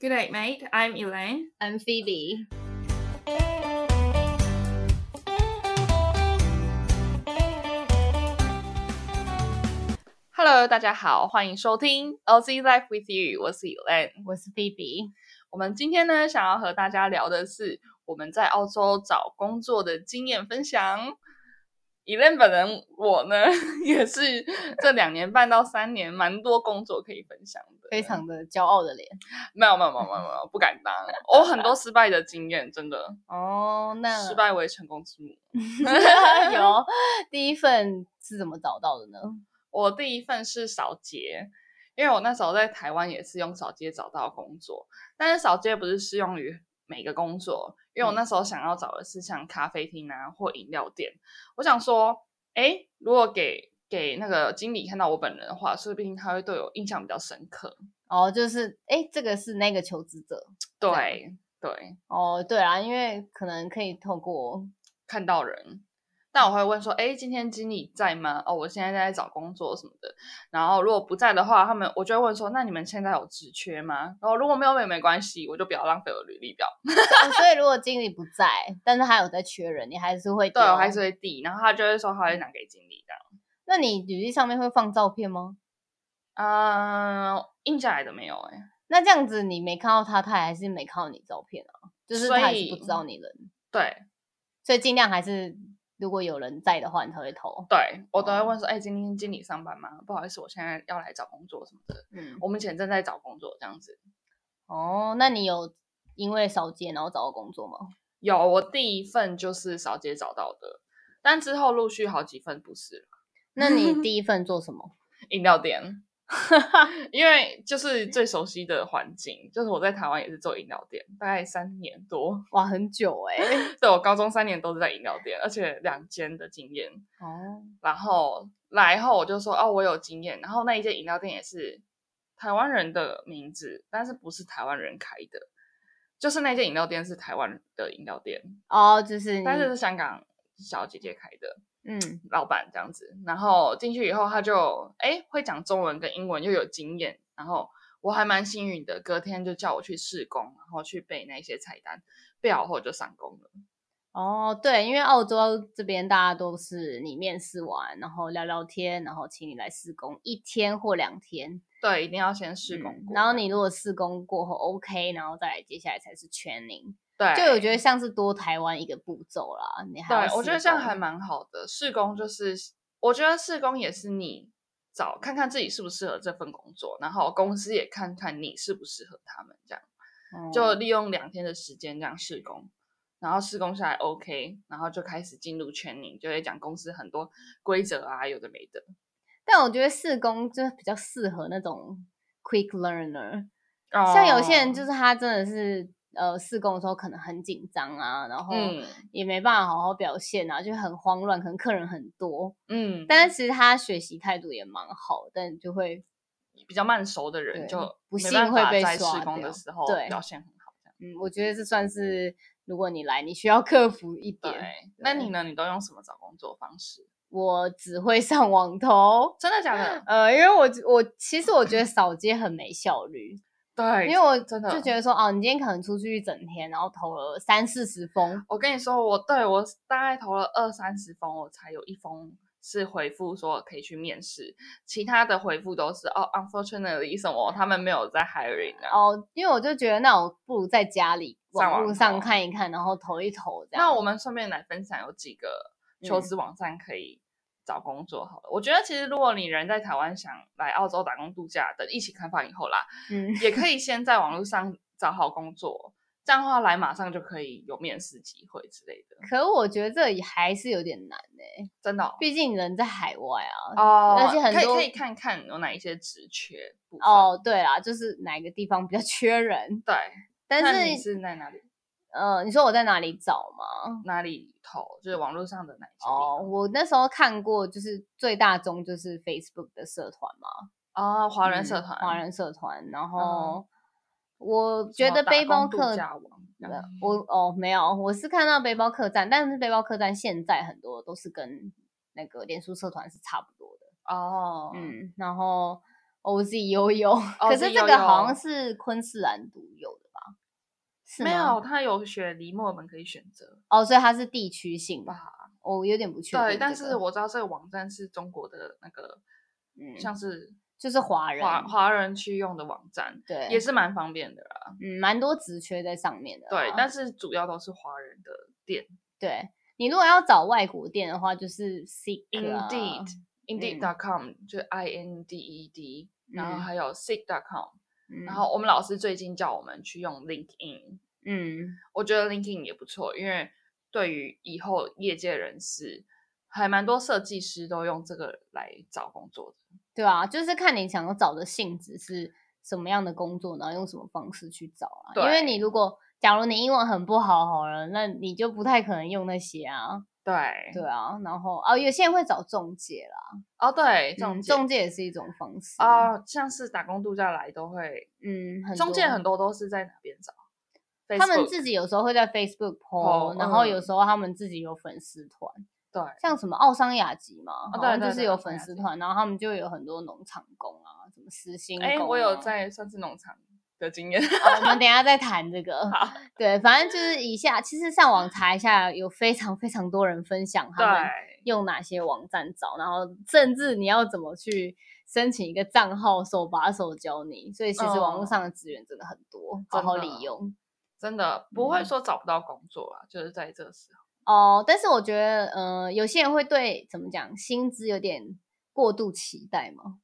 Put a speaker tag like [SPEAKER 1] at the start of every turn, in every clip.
[SPEAKER 1] Good night, mate. I'm Elaine.
[SPEAKER 2] I'm Phoebe。
[SPEAKER 1] Hello，大家好，欢迎收听 LZ Life with You，我是 Elaine。
[SPEAKER 2] 我是 Phoebe。
[SPEAKER 1] 我们今天呢，想要和大家聊的是我们在澳洲找工作的经验分享。Elaine 本人我呢， 也是这两年半到三年，蛮多工作可以分享的，
[SPEAKER 2] 非常的骄傲的脸
[SPEAKER 1] 没有没有没有没有没有，不敢当。我很多失败的经验，真 的，
[SPEAKER 2] 哦，那
[SPEAKER 1] 失败为成功之母。
[SPEAKER 2] 有第一份是怎么找到的呢？
[SPEAKER 1] 我第一份是扫街，因为我那时候在台湾也是用扫街找到工作，但是扫街不是适用于每个工作，因为我那时候想要找的是像咖啡厅啊或饮料店，我想说，哎，如果给给那个经理看到我本人的话，说不定他会对我印象比较深刻。
[SPEAKER 2] 哦，就是哎，这个是那个求职者样
[SPEAKER 1] 对对，
[SPEAKER 2] 哦，对啊，因为可能可以透过
[SPEAKER 1] 看到人。但我会问说，哎，今天经理在吗？哦，我现在在找工作什么的。然后如果不在的话，他们我就会问说，那你们现在有职缺吗？然后如果没有也没关系，我就不要浪费我履历表。
[SPEAKER 2] 哦所以如果经理不在，但是他有在缺人，你还是会
[SPEAKER 1] 对，我
[SPEAKER 2] 丢
[SPEAKER 1] 还是会递。然后他就会说，他会拿给经理这样。
[SPEAKER 2] 那你履历上面会放照片吗？
[SPEAKER 1] 嗯、印下来的没有哎、诶
[SPEAKER 2] 那这样子你没看到他，他还是没看到你照片啊，就是
[SPEAKER 1] 所
[SPEAKER 2] 他还是不
[SPEAKER 1] 以
[SPEAKER 2] 知道你人，
[SPEAKER 1] 对
[SPEAKER 2] 所以尽量还是如果有人在的话，你才会投。
[SPEAKER 1] 对，我都会
[SPEAKER 2] 哦
[SPEAKER 1] 问说，哎，今天经理上班吗？不好意思，我现在要来找工作什么的。
[SPEAKER 2] 嗯，
[SPEAKER 1] 我目前正在找工作这样子。
[SPEAKER 2] 哦，那你有因为少接然后找到工作吗？
[SPEAKER 1] 有，我第一份就是扫街找到的，但之后陆续好几份不是了。
[SPEAKER 2] 那 你第一份做什么？
[SPEAKER 1] 饮料店， 因为就是最熟悉的环境，就是我在台湾也是做饮料店，大概三年多。
[SPEAKER 2] 哇，很久哎、
[SPEAKER 1] 对我高中三年都是在饮料店，而且两间的经验。
[SPEAKER 2] 哦，
[SPEAKER 1] 然后来后我就说哦，我有经验。然后那一间饮料店也是台湾人的名字，但是不是台湾人开的，就是那间饮料店是台湾的饮料店，
[SPEAKER 2] 哦，就是你，
[SPEAKER 1] 但是是香港小姐姐开的。
[SPEAKER 2] 嗯，
[SPEAKER 1] 老板这样子，然后进去以后他就哎会讲中文跟英文又有经验，然后我还蛮幸运的，隔天就叫我去试工，然后去背那些菜单，背好后就上工了。
[SPEAKER 2] 哦，对，因为澳洲这边大家都是你面试完，然后聊聊天，然后请你来施工一天或两天，
[SPEAKER 1] 对，一定要先试工
[SPEAKER 2] 嗯
[SPEAKER 1] 过、
[SPEAKER 2] 然后你如果施工过后 OK，然后再来接下来才是 training，
[SPEAKER 1] 对，
[SPEAKER 2] 就我觉得像是多台湾一个步骤啦。你还要
[SPEAKER 1] 对，我觉得
[SPEAKER 2] 施
[SPEAKER 1] 这样
[SPEAKER 2] 工
[SPEAKER 1] 还蛮好的。试工就是，我觉得试工也是你找看看自己适不适合这份工作，然后公司也看看你适不适合他们这样。就
[SPEAKER 2] 哦
[SPEAKER 1] 利用两天的时间这样试工，然后试工下来 OK，然后就开始进入圈领，就会讲公司很多规则啊，有的没的。
[SPEAKER 2] 但我觉得试工就比较适合那种 quick learner，、像有些
[SPEAKER 1] 哦
[SPEAKER 2] 人就是是他真的是呃试工的时候可能很紧张啊，然后
[SPEAKER 1] 嗯
[SPEAKER 2] 也没办法好好表现啊，就很慌乱，可能客人很多，
[SPEAKER 1] 嗯，
[SPEAKER 2] 但是其实他学习态度也蛮好，但就会
[SPEAKER 1] 比较慢熟的人
[SPEAKER 2] 对
[SPEAKER 1] 就
[SPEAKER 2] 不
[SPEAKER 1] 没
[SPEAKER 2] 幸
[SPEAKER 1] 办
[SPEAKER 2] 会
[SPEAKER 1] 法
[SPEAKER 2] 被
[SPEAKER 1] 在
[SPEAKER 2] 刷
[SPEAKER 1] 试工的
[SPEAKER 2] 掉
[SPEAKER 1] 时候
[SPEAKER 2] 对
[SPEAKER 1] 表现很好。这样
[SPEAKER 2] 嗯，我觉得这算是如果你来，你需要克服一点。
[SPEAKER 1] 对，那
[SPEAKER 2] 对
[SPEAKER 1] 你呢？你都用什么找工作方式？
[SPEAKER 2] 我只会上网投。
[SPEAKER 1] 真的假 的？
[SPEAKER 2] 呃，因为我我其实我觉得扫街很没效率，
[SPEAKER 1] 对，
[SPEAKER 2] 因为我
[SPEAKER 1] 真的
[SPEAKER 2] 就觉得说，哦，你今天可能出去一整天，然后投了三四十封，
[SPEAKER 1] 我跟你说，我对我大概投了二三十封，我才有一封是回复说可以去面试，其他的回复都是哦，unfortunately 什么，他们没有在 hiring 啊。
[SPEAKER 2] 哦，因为我就觉得那我不如在家里
[SPEAKER 1] 上
[SPEAKER 2] 网
[SPEAKER 1] 网
[SPEAKER 2] 络上
[SPEAKER 1] 投
[SPEAKER 2] 看一看，然后投一投这样。
[SPEAKER 1] 那我们顺便来分享有几个求
[SPEAKER 2] 嗯
[SPEAKER 1] 职网站可以找工作好了。我觉得其实如果你人在台湾想来澳洲打工度假，等疫情开放以后啦，
[SPEAKER 2] 嗯，
[SPEAKER 1] 也可以先在网络上找好工作，这样的话来马上就可以有面试机会之类的。
[SPEAKER 2] 可我觉得这也还是有点难呢、
[SPEAKER 1] 真的哦，
[SPEAKER 2] 毕竟人在海外啊。
[SPEAKER 1] 哦
[SPEAKER 2] 而且很
[SPEAKER 1] 可以
[SPEAKER 2] 多
[SPEAKER 1] 可以看看有哪一些职缺部分
[SPEAKER 2] 哦，对啦，就是哪个地方比较 缺人，
[SPEAKER 1] 对，
[SPEAKER 2] 但
[SPEAKER 1] 那你
[SPEAKER 2] 是
[SPEAKER 1] 是在哪里
[SPEAKER 2] 呃，你说我在哪里找吗？
[SPEAKER 1] 哪里投？就是网络上的哪一些地
[SPEAKER 2] 哦，我那时候看过，就是最大宗就是 Facebook 的社团嘛，
[SPEAKER 1] 方？哦，华人
[SPEAKER 2] 嗯
[SPEAKER 1] 社团，
[SPEAKER 2] 华人社团。然
[SPEAKER 1] 嗯
[SPEAKER 2] 后、我
[SPEAKER 1] 什
[SPEAKER 2] 觉
[SPEAKER 1] 么
[SPEAKER 2] 得
[SPEAKER 1] 打
[SPEAKER 2] 背包
[SPEAKER 1] 工度
[SPEAKER 2] 客
[SPEAKER 1] 假网这
[SPEAKER 2] 没有
[SPEAKER 1] 样嗯
[SPEAKER 2] 我哦没有，我是看到背包客栈，但是背包客栈现在很多都是跟那个脸书社团是差不多的，
[SPEAKER 1] 哦，
[SPEAKER 2] 嗯，然后 OZ 悠悠，可是这个好像是昆士兰独有的吧？是
[SPEAKER 1] 没
[SPEAKER 2] 吗
[SPEAKER 1] 有，他有雪梨、墨尔本可以选择
[SPEAKER 2] 哦，所以它是地区性吧？
[SPEAKER 1] 吧？
[SPEAKER 2] 我有点不确定这个、
[SPEAKER 1] 对，但是我知道这个网站是中国的那个，
[SPEAKER 2] 嗯
[SPEAKER 1] 像是
[SPEAKER 2] 就是华人
[SPEAKER 1] 华华人去用的网站，
[SPEAKER 2] 对
[SPEAKER 1] 也是蛮方便的啦。
[SPEAKER 2] 嗯蛮多职缺在上面的啦、
[SPEAKER 1] 对，但是主要都是华人的店
[SPEAKER 2] 对你如果要找外国店的话，就是 Seek 啊、
[SPEAKER 1] ，Indeed、Indeed.com、就是 I N D E D，然后
[SPEAKER 2] 嗯
[SPEAKER 1] 还有 Seek.com，、
[SPEAKER 2] 嗯
[SPEAKER 1] 然后我们老师最近叫我们去用 LinkedIn，
[SPEAKER 2] 嗯
[SPEAKER 1] 我觉得 LinkedIn 也不错，因为对于以后业界人士，还蛮多设计师都用这个来找工作的。
[SPEAKER 2] 对啊，就是看你想要找的性质是什么样的工作，然后用什么方式去找啊。因为
[SPEAKER 1] 对
[SPEAKER 2] 你如果假如你英文很不好，好了，那你就不太可能用那些啊。
[SPEAKER 1] 对，
[SPEAKER 2] 对啊，然后啊，有些人会找中介啦，
[SPEAKER 1] 哦对，
[SPEAKER 2] 嗯
[SPEAKER 1] 中介
[SPEAKER 2] 中介也是一种方式。
[SPEAKER 1] 啊、像是打工度假来都会，
[SPEAKER 2] 嗯，很
[SPEAKER 1] 中介
[SPEAKER 2] 多
[SPEAKER 1] 很多都是在哪边找？
[SPEAKER 2] 他们
[SPEAKER 1] Facebook
[SPEAKER 2] 自己有时候会在 Facebook
[SPEAKER 1] po，
[SPEAKER 2] po，然后
[SPEAKER 1] 嗯
[SPEAKER 2] 有时候他们自己有粉丝团，
[SPEAKER 1] 对
[SPEAKER 2] 像什么奥桑雅集嘛，好
[SPEAKER 1] 哦对
[SPEAKER 2] 像
[SPEAKER 1] 对
[SPEAKER 2] 就是
[SPEAKER 1] 对
[SPEAKER 2] 有
[SPEAKER 1] 奥桑
[SPEAKER 2] 粉
[SPEAKER 1] 雅
[SPEAKER 2] 丝
[SPEAKER 1] 集
[SPEAKER 2] 团，然后他们就有很多农场工啊，什么私心工、啊。
[SPEAKER 1] 哎、我有在算是农场的经验，
[SPEAKER 2] 好我们等一下再谈这个
[SPEAKER 1] 好。
[SPEAKER 2] 对，反正就是以下，其实上网查一下，有非常非常多人分享他们
[SPEAKER 1] 对，
[SPEAKER 2] 用哪些网站找，然后甚至你要怎么去申请一个账号，手把手教你。所以其实网络
[SPEAKER 1] 嗯
[SPEAKER 2] 上的资源真的很多，好
[SPEAKER 1] 真
[SPEAKER 2] 好
[SPEAKER 1] 的
[SPEAKER 2] 利用。
[SPEAKER 1] 真的不会
[SPEAKER 2] 嗯
[SPEAKER 1] 说找不到工作啊，就是在这时候。
[SPEAKER 2] 哦，但是我觉得，呃，有些人会对怎么讲薪资有点过度期待嘛。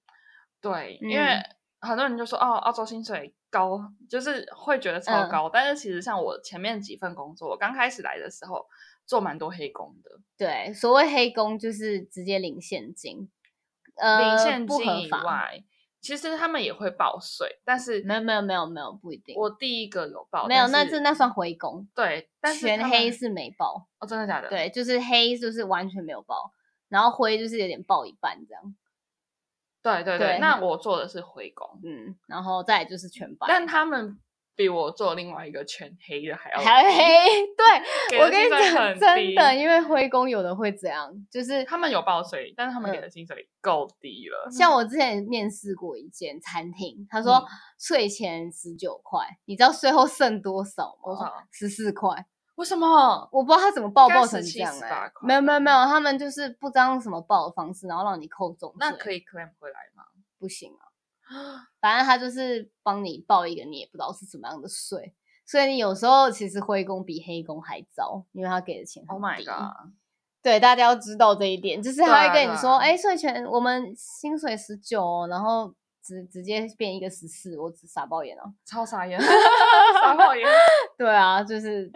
[SPEAKER 1] 对，因为
[SPEAKER 2] 嗯
[SPEAKER 1] 很多人就说哦，澳洲薪水高，就是会觉得超
[SPEAKER 2] 嗯
[SPEAKER 1] 高，但是其实像我前面几份工作，我刚开始来的时候做蛮多黑工的，
[SPEAKER 2] 对，所谓黑工就是直接领现金，呃，
[SPEAKER 1] 领现
[SPEAKER 2] 不合
[SPEAKER 1] 金以
[SPEAKER 2] 法。
[SPEAKER 1] 外，其实他们也会报税，但是
[SPEAKER 2] 没有没有没有没有，不一定。
[SPEAKER 1] 我第一个有报，
[SPEAKER 2] 没有，
[SPEAKER 1] 但
[SPEAKER 2] 那
[SPEAKER 1] 是
[SPEAKER 2] 这那算回工，
[SPEAKER 1] 对，但是
[SPEAKER 2] 全
[SPEAKER 1] 他
[SPEAKER 2] 黑
[SPEAKER 1] 们
[SPEAKER 2] 是没报，
[SPEAKER 1] 哦，真的假的？，
[SPEAKER 2] 对，就是黑就是完全没有报，然后灰就是有点报一半这样，
[SPEAKER 1] 对对
[SPEAKER 2] 对
[SPEAKER 1] 对，那我做的是回工，
[SPEAKER 2] 嗯，然后再来就是全白，
[SPEAKER 1] 但他们比我做另外一个全黑的还要
[SPEAKER 2] 还
[SPEAKER 1] 低
[SPEAKER 2] 黑，对
[SPEAKER 1] 给
[SPEAKER 2] 我
[SPEAKER 1] 的
[SPEAKER 2] 跟你
[SPEAKER 1] 薪水
[SPEAKER 2] 讲，
[SPEAKER 1] 很
[SPEAKER 2] 真的，
[SPEAKER 1] 低
[SPEAKER 2] 因为灰工有的会这样，就是
[SPEAKER 1] 他们有报税，但是他们给
[SPEAKER 2] 嗯
[SPEAKER 1] 的薪水够低了，
[SPEAKER 2] 像我之前面试过一间餐厅，他说
[SPEAKER 1] 嗯
[SPEAKER 2] 税前十九块，你知道税后剩多少吗？
[SPEAKER 1] 多少？
[SPEAKER 2] 十四块。
[SPEAKER 1] 为什么？
[SPEAKER 2] 我不知道他怎么报
[SPEAKER 1] 应该
[SPEAKER 2] 报成这
[SPEAKER 1] 17
[SPEAKER 2] 样哎、
[SPEAKER 1] 18块
[SPEAKER 2] 没有没有没有，他们就是不知道用什么报的方式，然后让你扣中
[SPEAKER 1] 那
[SPEAKER 2] 税
[SPEAKER 1] 可以 claim 回来吗？
[SPEAKER 2] 不行啊。反正他就是帮你报一个你也不知道是什么样的税，所以你有时候其实灰工比黑工还糟，因为他给的钱很
[SPEAKER 1] Oh my
[SPEAKER 2] 低
[SPEAKER 1] god！
[SPEAKER 2] 对，大家要知道这一点，就是
[SPEAKER 1] 对
[SPEAKER 2] 他会
[SPEAKER 1] 啊
[SPEAKER 2] 跟
[SPEAKER 1] 对
[SPEAKER 2] 你
[SPEAKER 1] 啊
[SPEAKER 2] 说，哎、税前我们薪水十九、哦然后直直接变一个十四，我只傻爆眼啊。
[SPEAKER 1] 超傻 眼，傻爆眼。
[SPEAKER 2] 对啊， 就是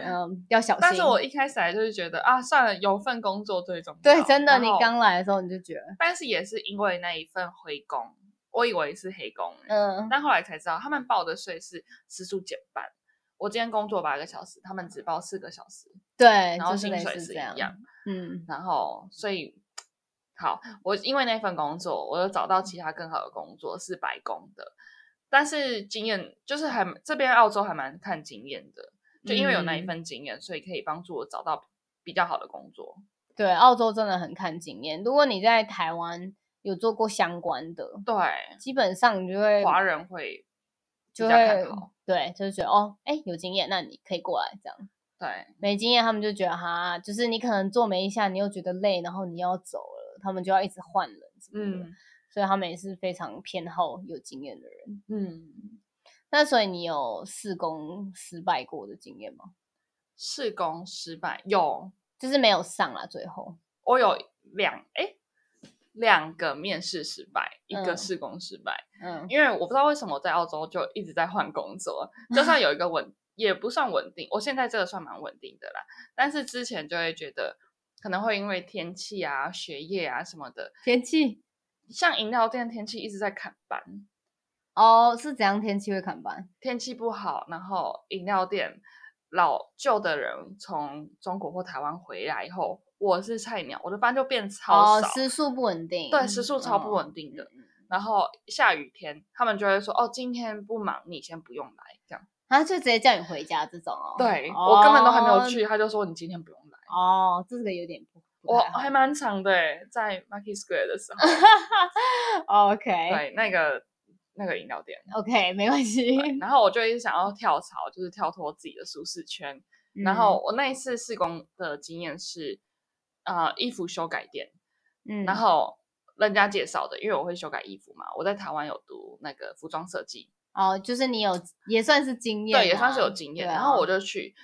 [SPEAKER 2] 嗯、要小心。
[SPEAKER 1] 但是我一开始来就是觉得啊，算了，有份工作最重要。
[SPEAKER 2] 对真的，
[SPEAKER 1] 然
[SPEAKER 2] 你
[SPEAKER 1] 后
[SPEAKER 2] 刚，来的时候你就觉得，
[SPEAKER 1] 但是也是因为那一份回工，我以为是黑工，嗯，
[SPEAKER 2] 嗯，
[SPEAKER 1] 但后来才知道他们报的税是时数减半。我今天工作八个小时，他们只报四个小时，
[SPEAKER 2] 对，
[SPEAKER 1] 然后
[SPEAKER 2] 哎就是
[SPEAKER 1] 薪
[SPEAKER 2] 类
[SPEAKER 1] 水
[SPEAKER 2] 似
[SPEAKER 1] 是
[SPEAKER 2] 这
[SPEAKER 1] 一样，
[SPEAKER 2] 嗯，
[SPEAKER 1] 然后所以好，我因为那份工作，我又找到其他更好的工作是白工的，但是经验就是还这边澳洲还蛮看经验的，就因为有那一
[SPEAKER 2] 嗯
[SPEAKER 1] 份经验，所以可以帮助我找到比较好的工作。
[SPEAKER 2] 对，澳洲真的很看经验。如果你在台湾有做过相关的，
[SPEAKER 1] 对，
[SPEAKER 2] 基本上你就会
[SPEAKER 1] 华人会比
[SPEAKER 2] 就
[SPEAKER 1] 较
[SPEAKER 2] 会
[SPEAKER 1] 看好，
[SPEAKER 2] 对，就是觉得哦，哎，有经验，那你可以过来这样。
[SPEAKER 1] 对
[SPEAKER 2] 没经验，他们就觉得哈，就是你可能做没一下，你又觉得累，然后你要走了，他们就要一直换人什么的。
[SPEAKER 1] 嗯
[SPEAKER 2] 所以他们也是非常偏好有经验的人。
[SPEAKER 1] 嗯，
[SPEAKER 2] 那所以你有试工失败过的经验吗？
[SPEAKER 1] 试工失败有，
[SPEAKER 2] 就是没有上啦，最后。
[SPEAKER 1] 我有两哎两个面试失败，一个
[SPEAKER 2] 嗯
[SPEAKER 1] 试工失败。
[SPEAKER 2] 嗯
[SPEAKER 1] 因为我不知道为什么我在澳洲就一直在换工作，就算有一个稳，也不算稳定。我现在这个算蛮稳定的啦，但是之前就会觉得可能会因为天气啊、学业啊什么的，
[SPEAKER 2] 天气
[SPEAKER 1] 像饮料店天气一直在砍班，
[SPEAKER 2] 哦，是怎样天气会砍班？
[SPEAKER 1] 天气不好，然后饮料店老旧的人从中国或台湾回来以后，我是菜鸟，我的班就变超
[SPEAKER 2] 哦嗯
[SPEAKER 1] 少，，
[SPEAKER 2] 时速不稳定。哦
[SPEAKER 1] 对时速超不稳定的。然后下雨天，他们就会说：“哦，今天不忙，你先不用来。”这样。
[SPEAKER 2] 他就直接叫你回家这种哦。
[SPEAKER 1] 对、我根本都还没有
[SPEAKER 2] 哦
[SPEAKER 1] 去，他就说你今天不用来。
[SPEAKER 2] 哦，这个有点不不
[SPEAKER 1] 我
[SPEAKER 2] 太好
[SPEAKER 1] 还蛮长的欸，在 Market Square 的时候，
[SPEAKER 2] 哦 OK
[SPEAKER 1] 对那个那个饮料店，
[SPEAKER 2] OK，没关系。
[SPEAKER 1] 对然后我就一直想要跳槽，就是跳脱自己的舒适圈。然
[SPEAKER 2] 嗯
[SPEAKER 1] 后我那一次试工的经验是，呃，衣服修改店，
[SPEAKER 2] 嗯，嗯
[SPEAKER 1] 然后人家介绍的，因为我会修改衣服嘛，我在台湾有读那个服装设计，
[SPEAKER 2] 哦，就是你有也算是经验啊，
[SPEAKER 1] 对，也算是有经验。
[SPEAKER 2] 对
[SPEAKER 1] 然后我
[SPEAKER 2] 啊
[SPEAKER 1] 就去，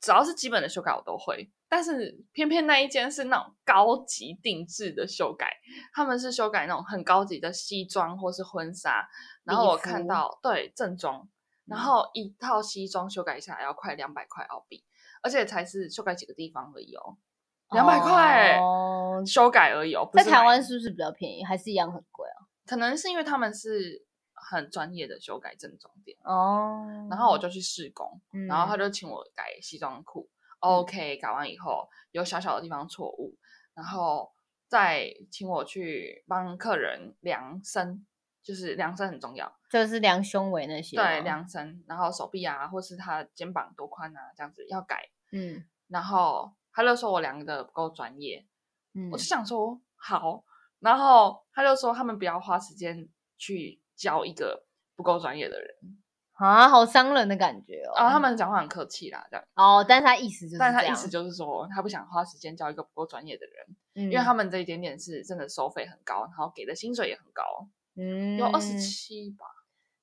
[SPEAKER 1] 只要是基本的修改我都会，但是偏偏那一间是那种高级定制的修改，他们是修改那种很高级的西装或是婚纱。然后
[SPEAKER 2] 礼
[SPEAKER 1] 我看
[SPEAKER 2] 服
[SPEAKER 1] 到对正装，然
[SPEAKER 2] 嗯
[SPEAKER 1] 后一套西装修改下来要快两百块澳币，而且才是修改几个地方而已哦，两百块
[SPEAKER 2] 哦
[SPEAKER 1] 修改而已哦。不
[SPEAKER 2] 在
[SPEAKER 1] 是
[SPEAKER 2] 台
[SPEAKER 1] 买
[SPEAKER 2] 湾是不是比较便宜，还是一样很贵啊？
[SPEAKER 1] 可能是因为他们是很专业的修改正装店，
[SPEAKER 2] 哦
[SPEAKER 1] 然后我就去试工，
[SPEAKER 2] 嗯，
[SPEAKER 1] 然后他就请我改西装裤、o k 改完以后有小小的地方错误，然后再请我去帮客人量身，就是量身很重要，
[SPEAKER 2] 就是量胸围那些吗，
[SPEAKER 1] 对，量身，然后手臂啊，或是他肩膀多宽啊，这样子要改，
[SPEAKER 2] 嗯
[SPEAKER 1] 然后他就说我量的不够专业，
[SPEAKER 2] 嗯
[SPEAKER 1] 我就想说好，然后他就说他们不要花时间去教一个不够专业的人，
[SPEAKER 2] 啊，好伤人的感觉哦。
[SPEAKER 1] 然后他们讲话很客气啦，这样，
[SPEAKER 2] 哦，但是他意思就是这
[SPEAKER 1] 但
[SPEAKER 2] 样，
[SPEAKER 1] 是他意思就是说他不想花时间教一个不够专业的人，
[SPEAKER 2] 因
[SPEAKER 1] 因为他们这一点点是真的收费很高，然后给的薪水也很高，
[SPEAKER 2] 嗯
[SPEAKER 1] 有二十，七吧，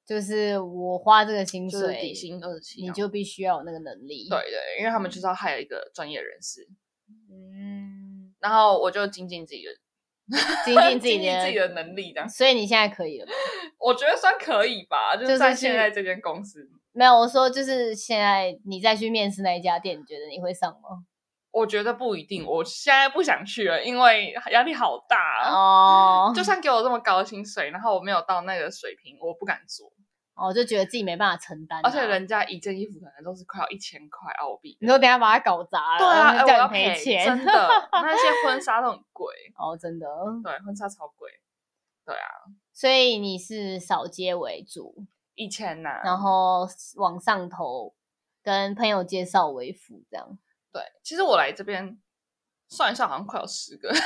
[SPEAKER 2] 就是我花这个薪
[SPEAKER 1] 就是
[SPEAKER 2] 水，
[SPEAKER 1] 底薪二十七，
[SPEAKER 2] 你就必须要有那个能力。
[SPEAKER 1] 对，对，因为他们就是要害一个专业人士，
[SPEAKER 2] 嗯，
[SPEAKER 1] 然后我就精进自己的。
[SPEAKER 2] 精进自己
[SPEAKER 1] 自己
[SPEAKER 2] 的，
[SPEAKER 1] 的能力，这样
[SPEAKER 2] 所以你现在可以了吗？
[SPEAKER 1] 我觉得算可以吧，就
[SPEAKER 2] 就是是
[SPEAKER 1] 在现
[SPEAKER 2] 去
[SPEAKER 1] 在这间公司
[SPEAKER 2] 没有，我说就是现在你再去面试那一家店，你觉得你会上吗？
[SPEAKER 1] 我觉得不一定，我现在不想去了，因为压力好大。
[SPEAKER 2] 哦，
[SPEAKER 1] 啊就算给我这么高的薪水，然后我没有到那个水平，我不敢做。
[SPEAKER 2] 哦，就觉得自己没办法承担啊、
[SPEAKER 1] 而且人家一件衣服可能都是快要一千块澳币。
[SPEAKER 2] 你说等一下把它搞砸了，
[SPEAKER 1] 对啊，哎
[SPEAKER 2] 然后
[SPEAKER 1] 我要
[SPEAKER 2] 叫你赔钱，
[SPEAKER 1] 真 的。那些婚纱都很贵，
[SPEAKER 2] 哦，真的。
[SPEAKER 1] 对，婚纱超贵。
[SPEAKER 2] 所以你是扫街为主，
[SPEAKER 1] 以前呐、
[SPEAKER 2] 然后往上头跟朋友介绍为辅，这样
[SPEAKER 1] 对，其实我来这边算一算，好像快有十个。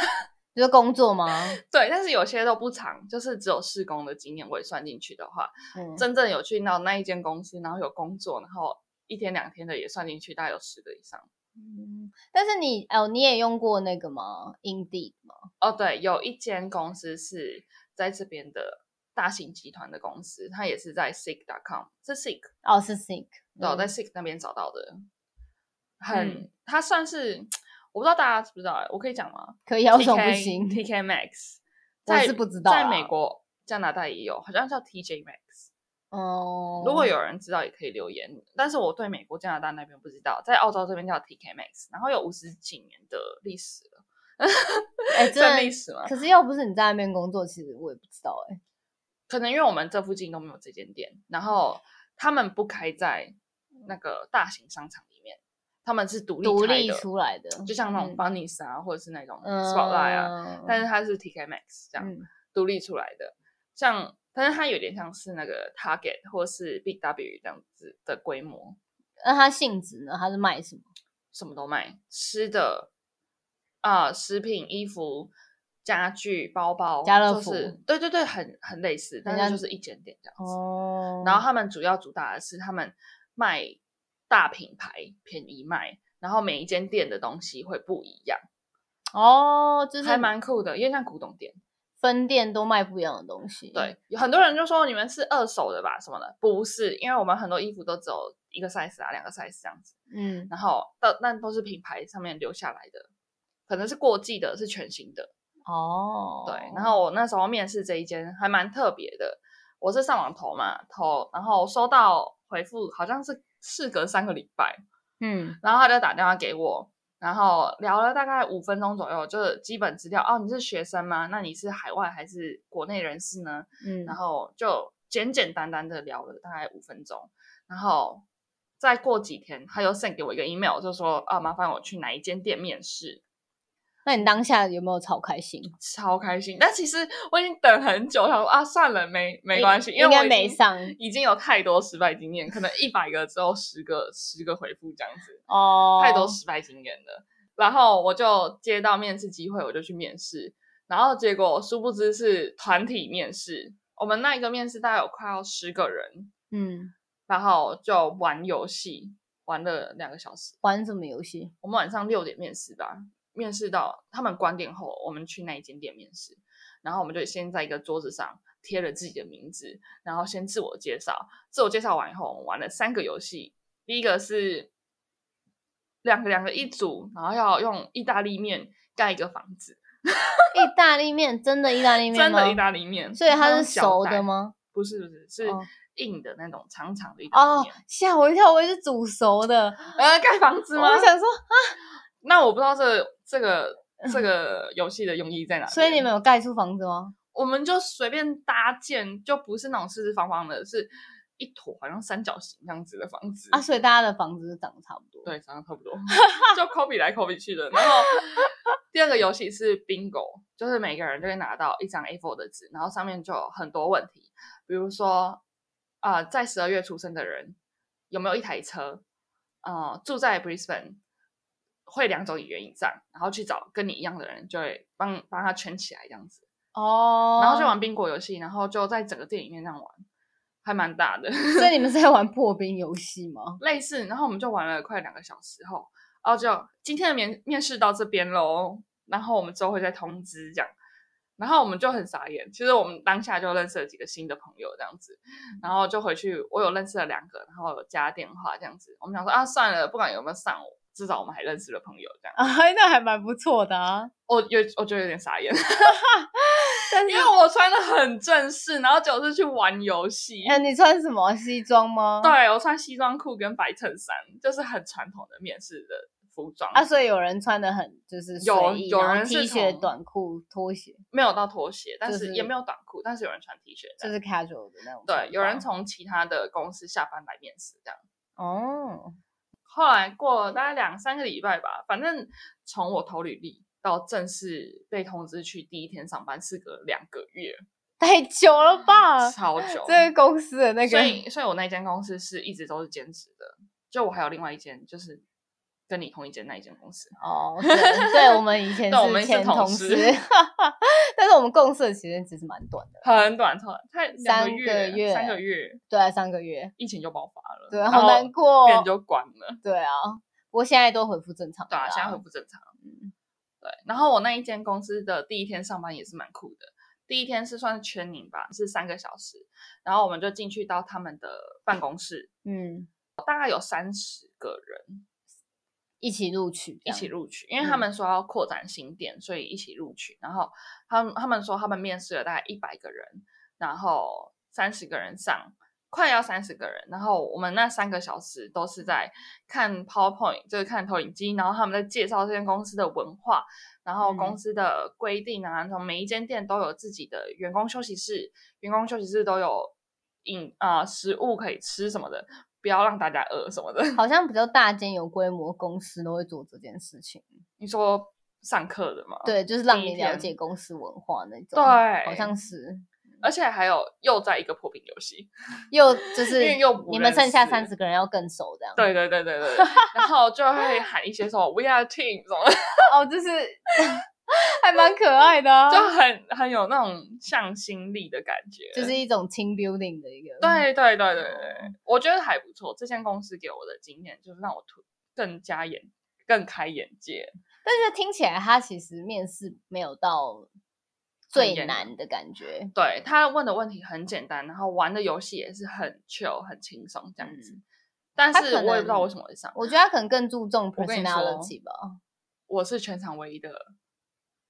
[SPEAKER 2] 就是工作吗？
[SPEAKER 1] 对，但是有些都不长，就是只有试工的经验，我也算进去的话，
[SPEAKER 2] 嗯，
[SPEAKER 1] 真正有去到那一间公司，然后有工作，然后一天两天的也算进去，大概有十个以上。
[SPEAKER 2] 嗯但是你哦，你也用过那个吗？Indeed 吗？
[SPEAKER 1] 哦，对，有一间公司是在这边的大型集团的公司，它也是在 Seek.com，是 Seek，
[SPEAKER 2] 哦，是 Think，
[SPEAKER 1] 对，我
[SPEAKER 2] 嗯
[SPEAKER 1] 在 Seek 那边找到的，很，它算是我不知道大家知不知道欸，我可以讲吗？
[SPEAKER 2] 可以啊，为什么
[SPEAKER 1] TK
[SPEAKER 2] 不行？
[SPEAKER 1] ？TK Max，
[SPEAKER 2] 我
[SPEAKER 1] 在
[SPEAKER 2] 是不知道
[SPEAKER 1] 在美
[SPEAKER 2] 啦
[SPEAKER 1] 国、加拿大也有，好像叫 TJ Max。
[SPEAKER 2] 哦，
[SPEAKER 1] 如果有人知道，也可以留言。但是我对美国、加拿大那边不知道，在澳洲这边叫 TK Max，然后有五十几年的历史了，
[SPEAKER 2] 哎，真
[SPEAKER 1] 算
[SPEAKER 2] 的
[SPEAKER 1] 历史吗？
[SPEAKER 2] 可是要不是你在那边工作，其实我也不知道哎、
[SPEAKER 1] 可能因为我们这附近都没有这间店，然后他们不开在那个大型商场里面，他们是独立
[SPEAKER 2] 独
[SPEAKER 1] 开
[SPEAKER 2] 立
[SPEAKER 1] 的
[SPEAKER 2] 出来的
[SPEAKER 1] 就像那种
[SPEAKER 2] 嗯
[SPEAKER 1] Bunnies 啊，或者是那种
[SPEAKER 2] 嗯
[SPEAKER 1] Spotlight 啊，但是它是 TK Max 这样、
[SPEAKER 2] 嗯
[SPEAKER 1] 独立出来的，像但是它有点像是那个 Target 或是 Big W 这样子的规模，
[SPEAKER 2] 那它性质呢？它是卖什么？
[SPEAKER 1] 什么都卖，吃的啊、食品、衣服、家具、包包，
[SPEAKER 2] 家乐
[SPEAKER 1] 就是
[SPEAKER 2] 福
[SPEAKER 1] 对对对，很很类似，但
[SPEAKER 2] 家
[SPEAKER 1] 是就是一间店这样子。
[SPEAKER 2] 哦
[SPEAKER 1] 然后他们主要主打的是他们卖大品牌，便宜卖，然后每一间店的东西会不一样，
[SPEAKER 2] 哦，就是
[SPEAKER 1] 还蛮酷的，因为像古董店。
[SPEAKER 2] 分店都卖不一样的东西。
[SPEAKER 1] 对，，有很多人就说你们是二手的吧什么的，不是，因为我们很多衣服都只有一个 size 啊，两个 size 这样子，
[SPEAKER 2] 嗯，
[SPEAKER 1] 然后但但都是品牌上面留下来的，可能是过季的，是全新的。
[SPEAKER 2] 哦，
[SPEAKER 1] 对，然后我那时候面试这一间还蛮特别的，我是上网投嘛，投，然后收到回复好像是事隔三个礼拜，
[SPEAKER 2] 嗯，
[SPEAKER 1] 然后他就打电话给我，然后聊了大概五分钟左右，就是基本资料。哦，你是学生吗？那你是海外还是国内人士呢？
[SPEAKER 2] 嗯
[SPEAKER 1] 然后就简简单单的聊了大概五分钟，然后再过几天他又 send 给我一个 email，就说啊，麻烦我去哪一间店面试，
[SPEAKER 2] 那你当下有没有超开心？
[SPEAKER 1] 超开心。但其实我已经等很久，想说啊，算了，没没关系，因为
[SPEAKER 2] 应
[SPEAKER 1] 我
[SPEAKER 2] 该
[SPEAKER 1] 已
[SPEAKER 2] 没
[SPEAKER 1] 经
[SPEAKER 2] 上
[SPEAKER 1] 已经有太多失败经验，可能一百个之后十个十个回复这样子，
[SPEAKER 2] 哦，
[SPEAKER 1] 太多失败经验了。然后我就接到面试机会，我就去面试，然后结果殊不知是团体面试，我们那一个面试大概有快要十个人，
[SPEAKER 2] 嗯，
[SPEAKER 1] 然后就玩游戏，玩了两个小时。
[SPEAKER 2] 玩什么游戏？
[SPEAKER 1] 我们晚上六点面试吧，面试到他们关店后，我们去那一间店面试，然后我们就先在一个桌子上贴了自己的名字，然后先自我介绍，自我介绍完以后，我们玩了三个游戏，第一个是两个两个一组，然后要用意大利面盖一个房子，
[SPEAKER 2] 意大利面，真的意大利面
[SPEAKER 1] 真的
[SPEAKER 2] 吗
[SPEAKER 1] 意大利面，
[SPEAKER 2] 所以它
[SPEAKER 1] 它
[SPEAKER 2] 是熟的？吗？
[SPEAKER 1] 不是不是，是
[SPEAKER 2] 哦
[SPEAKER 1] 硬的那种长长的意大利
[SPEAKER 2] 哦
[SPEAKER 1] 面，，
[SPEAKER 2] 吓我一跳，我以为是煮熟的，
[SPEAKER 1] 呃，盖房子吗
[SPEAKER 2] 我？想说，
[SPEAKER 1] 那我不知道这这个这个游戏的用意在哪里。
[SPEAKER 2] 所以你们有盖出房子吗？
[SPEAKER 1] 我们就随便搭建，就不是那种四四方方的，是一坨好像三角形那样子的房子
[SPEAKER 2] 啊，所以大家的房子长得差不多。
[SPEAKER 1] 对，长得差不多，就 copy 来 copy 去的。然后第二个游戏是 bingo，就是每个人就会拿到一张 A4 的纸，然后上面就有很多问题，比如说啊、呃在十二月出生的人有没有一台车？呃，住在 Brisbane 会两种语言以上，然后去找跟你一样的人，就会帮帮他圈起来这样子。
[SPEAKER 2] 哦，
[SPEAKER 1] 然后就玩冰果游戏，然后就在整个店里面这样玩，还蛮大的，
[SPEAKER 2] 所以你们是在玩破冰游戏吗？
[SPEAKER 1] 类似。然后我们就玩了快两个小时后，然后就今天的面面试到这边喽，然后我们之后会再通知这样。然后我们就很傻眼，其实我们当下就认识了几个新的朋友这样子，然后就回去，我有认识了两个，然后有加电话这样子。我们想说啊，算了，不管有没有上我，至少我们还认识了朋友这样。
[SPEAKER 2] 啊，那还蛮不错的啊。
[SPEAKER 1] 我有，我觉得有点傻眼，
[SPEAKER 2] 但
[SPEAKER 1] 因
[SPEAKER 2] 是，
[SPEAKER 1] 为我穿的很正式，然后就是去玩游戏。
[SPEAKER 2] 呃，你穿什么西装吗？
[SPEAKER 1] 对我穿西装裤跟白衬衫，就是很传统的面试的服装，
[SPEAKER 2] 啊，所以有人穿的很就是随
[SPEAKER 1] 有
[SPEAKER 2] 意
[SPEAKER 1] 有
[SPEAKER 2] 然后
[SPEAKER 1] 人
[SPEAKER 2] T
[SPEAKER 1] 是
[SPEAKER 2] 恤、
[SPEAKER 1] 从
[SPEAKER 2] 短裤、拖鞋，
[SPEAKER 1] 没有到拖鞋，但
[SPEAKER 2] 就是是
[SPEAKER 1] 也没有短裤，但是有人穿 T 恤这
[SPEAKER 2] 就
[SPEAKER 1] 样。
[SPEAKER 2] 是 casual 的那种穿法。
[SPEAKER 1] 对，有人从其他的公司下班来面试这样。
[SPEAKER 2] 哦，
[SPEAKER 1] 后来过了大概两三个礼拜吧，反正从我投履历到正式被通知去第一天上班，是隔两个月，
[SPEAKER 2] 太久了吧？
[SPEAKER 1] 超久。
[SPEAKER 2] 啊 这个公司的那个
[SPEAKER 1] 所以，所以我那间公司是一直都是兼职的，就我还有另外一间，就是跟你同一间那一间公司。
[SPEAKER 2] 哦，对，对我们以前
[SPEAKER 1] 对我们是
[SPEAKER 2] 前
[SPEAKER 1] 同
[SPEAKER 2] 同
[SPEAKER 1] 事
[SPEAKER 2] 但是我们共事的时间其实蛮短的，
[SPEAKER 1] 很短，超才两
[SPEAKER 2] 三个
[SPEAKER 1] 月，
[SPEAKER 2] 月
[SPEAKER 1] 三个月，
[SPEAKER 2] 对啊，三个月，
[SPEAKER 1] 疫情就爆发了，
[SPEAKER 2] 对，
[SPEAKER 1] 然
[SPEAKER 2] 好
[SPEAKER 1] 后
[SPEAKER 2] 难过
[SPEAKER 1] 店
[SPEAKER 2] 哦，
[SPEAKER 1] 就关了，
[SPEAKER 2] 对啊，不过现在都恢复正常了
[SPEAKER 1] 对
[SPEAKER 2] 啦，
[SPEAKER 1] 啊，现在恢复正常。
[SPEAKER 2] 嗯
[SPEAKER 1] 对，然后我那一间公司的第一天上班也是蛮酷的，第一天是算是 training 吧，是三个小时，然后我们就进去到他们的办公室，
[SPEAKER 2] 嗯，
[SPEAKER 1] 大概有三十个人
[SPEAKER 2] 一起录取，
[SPEAKER 1] 一起，录取，因为他
[SPEAKER 2] 嗯
[SPEAKER 1] 们说要扩展新店，所以一起录取。然后他们他们说他们面试了大概一百个人，然后三十个人上，快要三十个人。然后我们那三个小时都是在看 PowerPoint，就是看投影机，然后他们在介绍这间公司的文化，然后公
[SPEAKER 2] 嗯
[SPEAKER 1] 司的规定啊，然后每一间店都有自己的员工休息室，员工休息室都有饮啊、食物可以吃什么的，不要让大家饿什么的。
[SPEAKER 2] 好像比较大间有规模公司都会做这件事情，
[SPEAKER 1] 你说上课的吗？。
[SPEAKER 2] 对，就是让
[SPEAKER 1] 哦第一
[SPEAKER 2] 你了
[SPEAKER 1] 天
[SPEAKER 2] 解公司文化那种，
[SPEAKER 1] 对
[SPEAKER 2] 好像是，
[SPEAKER 1] 而且还有又在一个破冰游戏，
[SPEAKER 2] 又就是
[SPEAKER 1] 因为又不
[SPEAKER 2] 你们剩下
[SPEAKER 1] 认识
[SPEAKER 2] 三十个人要更熟这样，
[SPEAKER 1] 对 对对对 对，对然后就会喊一些什么 “We are a team” 什么的，
[SPEAKER 2] 哦，就是 还蛮可爱的啊，
[SPEAKER 1] 就很很有那种向心力的感觉。
[SPEAKER 2] 就是哦一种 team building 的一个，
[SPEAKER 1] 对对对对对，我觉得还不错。这间公司给我的经验就是让我突更加眼更开眼界。
[SPEAKER 2] 但是听起来他其实面试没有到最难的感觉。
[SPEAKER 1] 对他问的问题很简单，然后玩的游戏也是很 chill 很轻松这样子。但
[SPEAKER 2] 嗯他
[SPEAKER 1] 是
[SPEAKER 2] 可
[SPEAKER 1] 我也不知道
[SPEAKER 2] 能
[SPEAKER 1] 为什么会上，
[SPEAKER 2] 我觉得他可能更注重
[SPEAKER 1] 我跟你说
[SPEAKER 2] personality 吧，
[SPEAKER 1] 我是全场唯一的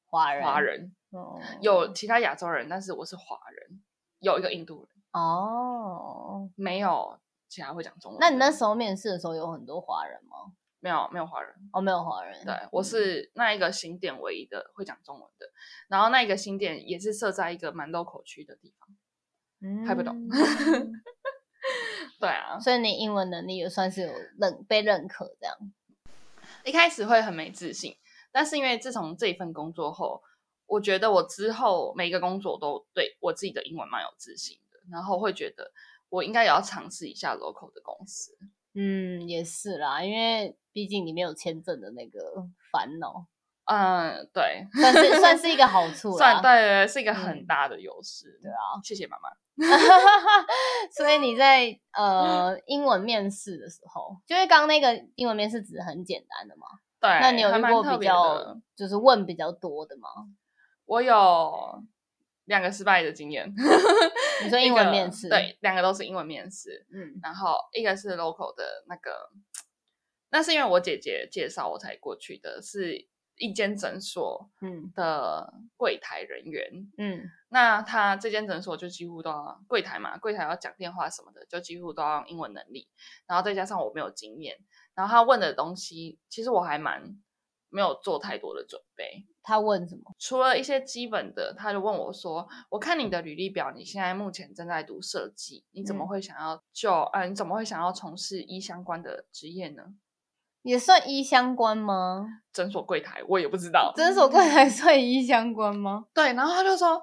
[SPEAKER 2] 华人，
[SPEAKER 1] 华人，
[SPEAKER 2] 哦
[SPEAKER 1] 有其他亚洲人，但是我是华人，有一个印度人，
[SPEAKER 2] 哦。
[SPEAKER 1] 没有其他会讲中文的。
[SPEAKER 2] 那你那时候面试的时候有很多华人吗？
[SPEAKER 1] 没有没有华人？
[SPEAKER 2] 哦，没有华人。
[SPEAKER 1] 对，我是那一个新店唯一的会讲中文的，然后那一个新店也是设在一个蛮 local 区的地方。
[SPEAKER 2] 嗯
[SPEAKER 1] 还不 懂
[SPEAKER 2] 嗯
[SPEAKER 1] 对啊，
[SPEAKER 2] 所以你英文能力也算是有认被认可这样。
[SPEAKER 1] 一开始会很没自信，但是因为自从这一份工作后，我觉得我之后每一个工作都对我自己的英文蛮有自信的，然后会觉得我应该也要尝试一下 local 的公司。
[SPEAKER 2] 嗯，也是啦，因为毕竟你没有签证的那个烦恼，
[SPEAKER 1] 嗯，对，
[SPEAKER 2] 算是算是一个好处啦
[SPEAKER 1] 算。对对对是一个很
[SPEAKER 2] 啊嗯
[SPEAKER 1] 大的优势。
[SPEAKER 2] 对啊，
[SPEAKER 1] 谢谢妈妈。
[SPEAKER 2] 所以你在 呃英文面试的时候，就是刚刚那个英文面试只是很简单的嘛？
[SPEAKER 1] 对，
[SPEAKER 2] 那你有
[SPEAKER 1] 还
[SPEAKER 2] 遇
[SPEAKER 1] 蛮
[SPEAKER 2] 过
[SPEAKER 1] 特
[SPEAKER 2] 比
[SPEAKER 1] 别
[SPEAKER 2] 较
[SPEAKER 1] 的？
[SPEAKER 2] 就是问比较多的吗？
[SPEAKER 1] 我有两个失败的经验。
[SPEAKER 2] 你说
[SPEAKER 1] 一
[SPEAKER 2] 英文
[SPEAKER 1] 个
[SPEAKER 2] 面试，，
[SPEAKER 1] 对，两个都是英文面试。
[SPEAKER 2] 嗯，
[SPEAKER 1] 然后一个是 local 的那个，那是因为我姐姐介绍我才过去的，是一间诊所
[SPEAKER 2] 嗯
[SPEAKER 1] 的柜台人员。
[SPEAKER 2] 嗯
[SPEAKER 1] 那他这间诊所就几乎都要柜台嘛，柜台要讲电话什么的，就几乎都要用英文能力。然后再加上我没有经验，然后他问的东西，其实我还蛮没有做太多的准备。
[SPEAKER 2] 他问什么？
[SPEAKER 1] 除了一些基本的，他就问我说：“我看你的履历表，你现在目前正在读设计，你怎么
[SPEAKER 2] 嗯
[SPEAKER 1] 会想要就啊？你怎么会想要从事医相关的职业呢
[SPEAKER 2] 也算医相关吗？？”
[SPEAKER 1] 诊所柜台，我也不知道。
[SPEAKER 2] 诊所柜
[SPEAKER 1] 嗯
[SPEAKER 2] 台算医相关吗？
[SPEAKER 1] 对，然后他就说，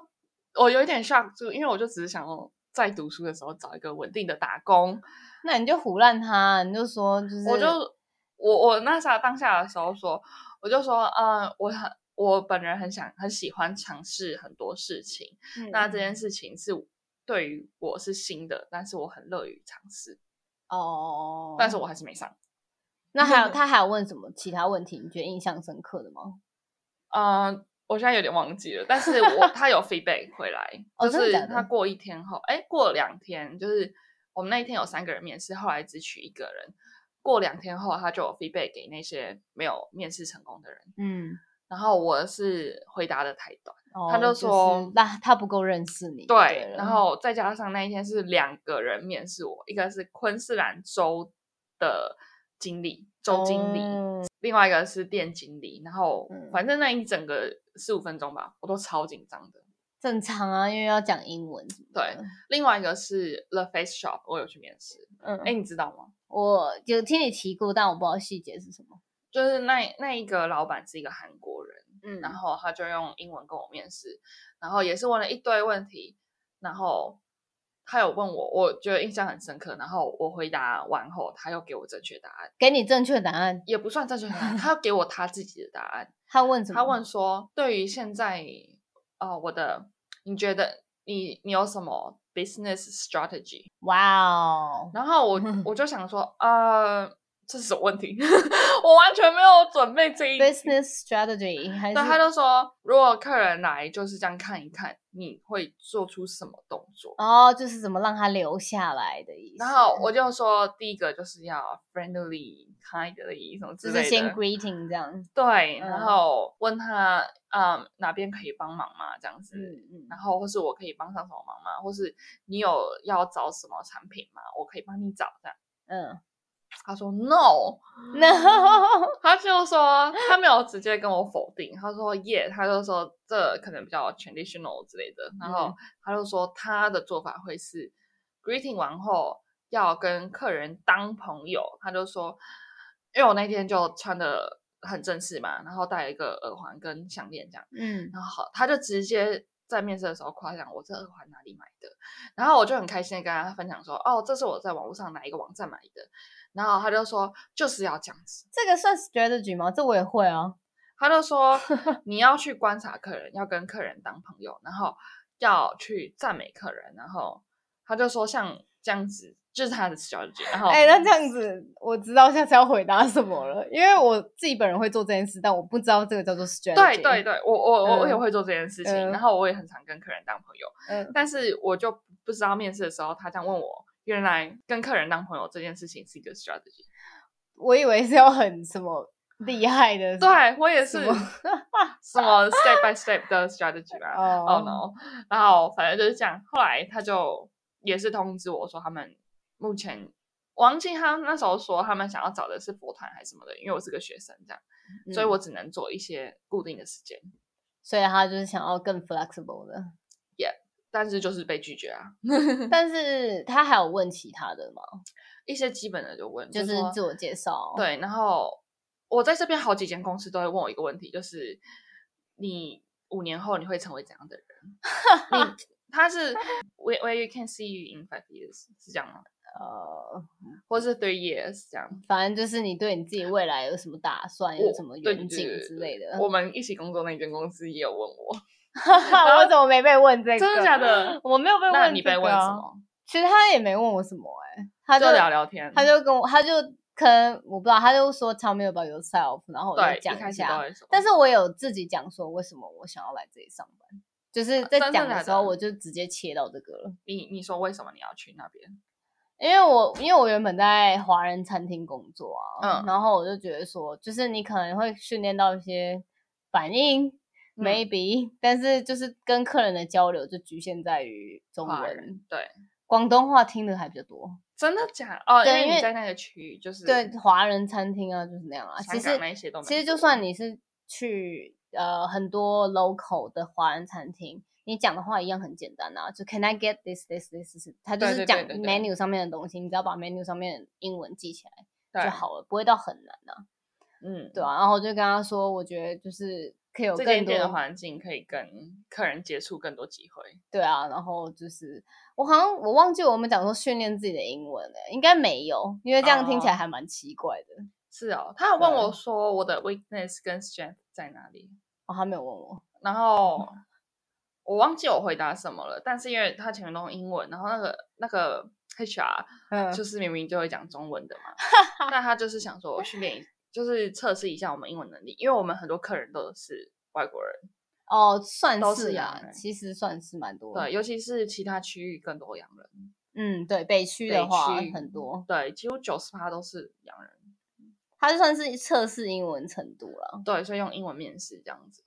[SPEAKER 1] 我有一点 shock 住，因为我就只是想说，在读书的时候找一个稳定的打工，
[SPEAKER 2] 那你就胡乱他，你就说就是，
[SPEAKER 1] 我就我我那时候当下的时候说，我就说，嗯、我很我本人很想很喜欢尝试很多事情。
[SPEAKER 2] 嗯
[SPEAKER 1] 那这件事情是对于我是新的，但是我很乐于尝试，
[SPEAKER 2] 哦，
[SPEAKER 1] 但是我还是没上。
[SPEAKER 2] 那 还有他还有问什么其他问题？你觉得印象深刻的吗？
[SPEAKER 1] 嗯、我现在有点忘记了，但是我他有 feedback 回来，
[SPEAKER 2] 哦
[SPEAKER 1] 就
[SPEAKER 2] 真的
[SPEAKER 1] 是
[SPEAKER 2] 假的
[SPEAKER 1] 他过一天后，哎，过两天，就是我们那一天有三个人面试，后来只取一个人。过两天后，他就有 feedback 给那些没有面试成功的人。
[SPEAKER 2] 嗯，
[SPEAKER 1] 然后我是回答的太短，
[SPEAKER 2] 哦
[SPEAKER 1] 他就
[SPEAKER 2] 就是
[SPEAKER 1] 说
[SPEAKER 2] 那他不够认识你就对嗯
[SPEAKER 1] 对，
[SPEAKER 2] 了，
[SPEAKER 1] 然后再加上那一天是两个人面试我，一个是昆士兰州的经理，州经理，
[SPEAKER 2] 哦
[SPEAKER 1] 另外一个是店经理。然后
[SPEAKER 2] 嗯
[SPEAKER 1] 反正那一整个十五分钟吧，我都超紧张的。
[SPEAKER 2] 正常啊，因为要讲英文什么
[SPEAKER 1] 对
[SPEAKER 2] 的，
[SPEAKER 1] 另外一个是 The Face Shop，我有去面试。
[SPEAKER 2] 嗯，
[SPEAKER 1] 哎，你知道吗？
[SPEAKER 2] 我有听你提过，但我不知道细节是什么。
[SPEAKER 1] 就是那那一个老板是一个韩国人，
[SPEAKER 2] 嗯
[SPEAKER 1] 然后他就用英文跟我面试，然后也是问了一堆问题，然后他有问我，我觉得印象很深刻，然后我回答完后，他又给我正确答案，
[SPEAKER 2] 给你正确答案。
[SPEAKER 1] 也不算正确答案，他要给我他自己的答案。
[SPEAKER 2] 他问什么？
[SPEAKER 1] 他问说，对于现在，呃，我的，你觉得你你有什么 business strategy？
[SPEAKER 2] 哇哦，
[SPEAKER 1] 然后我我就想说，呃，这是什么问题？ 我完全没有准备这一
[SPEAKER 2] business strategy 还是
[SPEAKER 1] 对，他就说，如果客人来就是这样看一看，你会做出什么动作？
[SPEAKER 2] 哦，就是怎么让他留下来的意思。
[SPEAKER 1] 然后我就说，第一个就是要 friendly、kindly 什么之
[SPEAKER 2] 就
[SPEAKER 1] 类的。
[SPEAKER 2] 是先 greeting 这样。
[SPEAKER 1] 对，
[SPEAKER 2] 嗯
[SPEAKER 1] 然后问他，嗯，哪边可以帮忙嘛？这样子。
[SPEAKER 2] 嗯
[SPEAKER 1] 然后或是我可以帮上什么忙吗？或是你有要找什么产品吗？我可以帮你找这样。
[SPEAKER 2] 嗯
[SPEAKER 1] 他说 no，
[SPEAKER 2] 嗯，no，
[SPEAKER 1] 他就说他没有直接跟我否定，他说 yeah，他就说这可能比较 traditional 之类的，然后
[SPEAKER 2] 嗯
[SPEAKER 1] 他就说他的做法会是 greeting 完后要跟客人当朋友，他就说，因为我那天就穿的很正式嘛，然后戴一个耳环跟项链这样，
[SPEAKER 2] 嗯，
[SPEAKER 1] 然后他就直接。在面试的时候夸奖我这耳环哪里买的，然后我就很开心的跟他分享说，哦，这是我在网络上哪一个网站买的，然后他就说就是要这样子，
[SPEAKER 2] 这个算 strategy 吗？这我也会
[SPEAKER 1] 哦
[SPEAKER 2] 啊。
[SPEAKER 1] 他就 说你要去观察客人，要跟客人当朋友，然后要去赞美客人，然后他就说像这样子，就是他的小姐，然后
[SPEAKER 2] 哎、那这样子我知道下次要回答什么了，因为我自己本人会做这件事，但我不知道这个叫做 strategy。
[SPEAKER 1] 对对，对，我我我我也
[SPEAKER 2] 嗯
[SPEAKER 1] 会做这件事情，
[SPEAKER 2] 嗯
[SPEAKER 1] 然后我也很常跟客人当朋友，
[SPEAKER 2] 嗯
[SPEAKER 1] 但是我就不知道面试的时候他这样问我，原来跟客人当朋友这件事情是一个
[SPEAKER 2] 嗯
[SPEAKER 1] strategy，
[SPEAKER 2] 我以为是要很什么厉害的，
[SPEAKER 1] 对我也
[SPEAKER 2] 什
[SPEAKER 1] 是
[SPEAKER 2] 么
[SPEAKER 1] 什么 step by step 的 strategy 吧，
[SPEAKER 2] 哦
[SPEAKER 1] 哦 no，然后反正就是这样。后来他就也是通知我说，他们目前王静他那时候说他们想要找的是佛团还是什么的，因为我是个学生这样，所以
[SPEAKER 2] 嗯
[SPEAKER 1] 我只能做一些固定的时间，
[SPEAKER 2] 所以他就是想要更 flexible 的。
[SPEAKER 1] 但是就是被拒绝啊，
[SPEAKER 2] 但是他还有问其他的吗？
[SPEAKER 1] 一些基本的就问，
[SPEAKER 2] 就是
[SPEAKER 1] 说
[SPEAKER 2] 自我介绍。，
[SPEAKER 1] 对，然后我在这边好几间公司都会问我一个问题，就是你五年后你会成为怎样的 人？你他是 where where you can see you in five years 是这样吗？
[SPEAKER 2] 呃，
[SPEAKER 1] 或是 three years 这样。
[SPEAKER 2] 反正就是你对你自己未来有什么打算，有
[SPEAKER 1] 我
[SPEAKER 2] 什么
[SPEAKER 1] 对
[SPEAKER 2] 远
[SPEAKER 1] 对
[SPEAKER 2] 景
[SPEAKER 1] 对对
[SPEAKER 2] 之类的。
[SPEAKER 1] 我们一起工作那间公司也有问我，
[SPEAKER 2] 我怎么没被问这个？
[SPEAKER 1] 真的假的？
[SPEAKER 2] 我没有被问、啊
[SPEAKER 1] 那你被问什？么？
[SPEAKER 2] 其实他也没问我什么、哎，他
[SPEAKER 1] 就聊聊天，
[SPEAKER 2] 他就跟我，他就可能我不知道，他就说 tell me about yourself，然后我
[SPEAKER 1] 对
[SPEAKER 2] 就
[SPEAKER 1] 一
[SPEAKER 2] 讲
[SPEAKER 1] 开
[SPEAKER 2] 一
[SPEAKER 1] 始都
[SPEAKER 2] 下。
[SPEAKER 1] 会说，
[SPEAKER 2] 但是我有自己讲说为什么我想要来这里上班，就是在
[SPEAKER 1] 啊真的
[SPEAKER 2] 讲
[SPEAKER 1] 假
[SPEAKER 2] 的时候
[SPEAKER 1] 的
[SPEAKER 2] 我就直接切到这个了，
[SPEAKER 1] 你你说为什么你要去那边？
[SPEAKER 2] 因为我因为我原本在华人餐厅工作啊，
[SPEAKER 1] 嗯
[SPEAKER 2] 然后我就觉得说，就是你可能会训练到一些反应。
[SPEAKER 1] 嗯
[SPEAKER 2] maybe，、但 是就是跟客人的交流就局限在于中
[SPEAKER 1] 华
[SPEAKER 2] 文
[SPEAKER 1] 人，对，
[SPEAKER 2] 广东话听的还比较多。
[SPEAKER 1] 真的假？哦，因
[SPEAKER 2] 对
[SPEAKER 1] 为
[SPEAKER 2] 因
[SPEAKER 1] 你
[SPEAKER 2] 为
[SPEAKER 1] 在那个区域就是
[SPEAKER 2] 对，华人餐厅啊就是那样啊。其
[SPEAKER 1] 香
[SPEAKER 2] 实
[SPEAKER 1] 港那一些都没
[SPEAKER 2] 其实就
[SPEAKER 1] 做
[SPEAKER 2] 算你是去呃很多 local 的华人餐厅，你讲的话一样很简单啊，就 Can I get this this this this，他就
[SPEAKER 1] 对
[SPEAKER 2] 是
[SPEAKER 1] 对对
[SPEAKER 2] 讲
[SPEAKER 1] 对对
[SPEAKER 2] menu 上面的东西，你只要把 menu 上面的英文记起来
[SPEAKER 1] 对
[SPEAKER 2] 就，好了，不会到很难啊，
[SPEAKER 1] 嗯，
[SPEAKER 2] 对啊，然后我就跟他说，我觉得就是可以有
[SPEAKER 1] 这
[SPEAKER 2] 更
[SPEAKER 1] 间店的
[SPEAKER 2] 多
[SPEAKER 1] 环境可以跟客人接触更多机会。
[SPEAKER 2] 对啊，然后就是我好像我忘记我们讲说训练自己的英文了、应该没有，因为这样听起来
[SPEAKER 1] 哦
[SPEAKER 2] 还蛮奇怪的。
[SPEAKER 1] 是哦，他有问
[SPEAKER 2] 对
[SPEAKER 1] 我说我的 weakness 跟 strength 在哪里，
[SPEAKER 2] 哦，他没有问我，
[SPEAKER 1] 然后
[SPEAKER 2] 嗯
[SPEAKER 1] 我忘记我回答什么了，但是因为他前面都用英文，然后那个那个 HR
[SPEAKER 2] 嗯
[SPEAKER 1] 就是明明就会讲中文的 嘛，那他就是想说我训练一，就是测试一下我们英文能力，因为我们很多客人都是外国人，
[SPEAKER 2] 哦，算
[SPEAKER 1] 都
[SPEAKER 2] 是
[SPEAKER 1] 是
[SPEAKER 2] 啊
[SPEAKER 1] 洋，人
[SPEAKER 2] 其实算是蛮多。
[SPEAKER 1] 对，，尤其是其他区域更多洋人，
[SPEAKER 2] 嗯，对，北区
[SPEAKER 1] 北
[SPEAKER 2] 的话
[SPEAKER 1] 区嗯
[SPEAKER 2] 很多，
[SPEAKER 1] 对，几乎九十趴都是洋人，
[SPEAKER 2] 它就算是测试英文程度了，
[SPEAKER 1] 对，所以用英文面试这样子，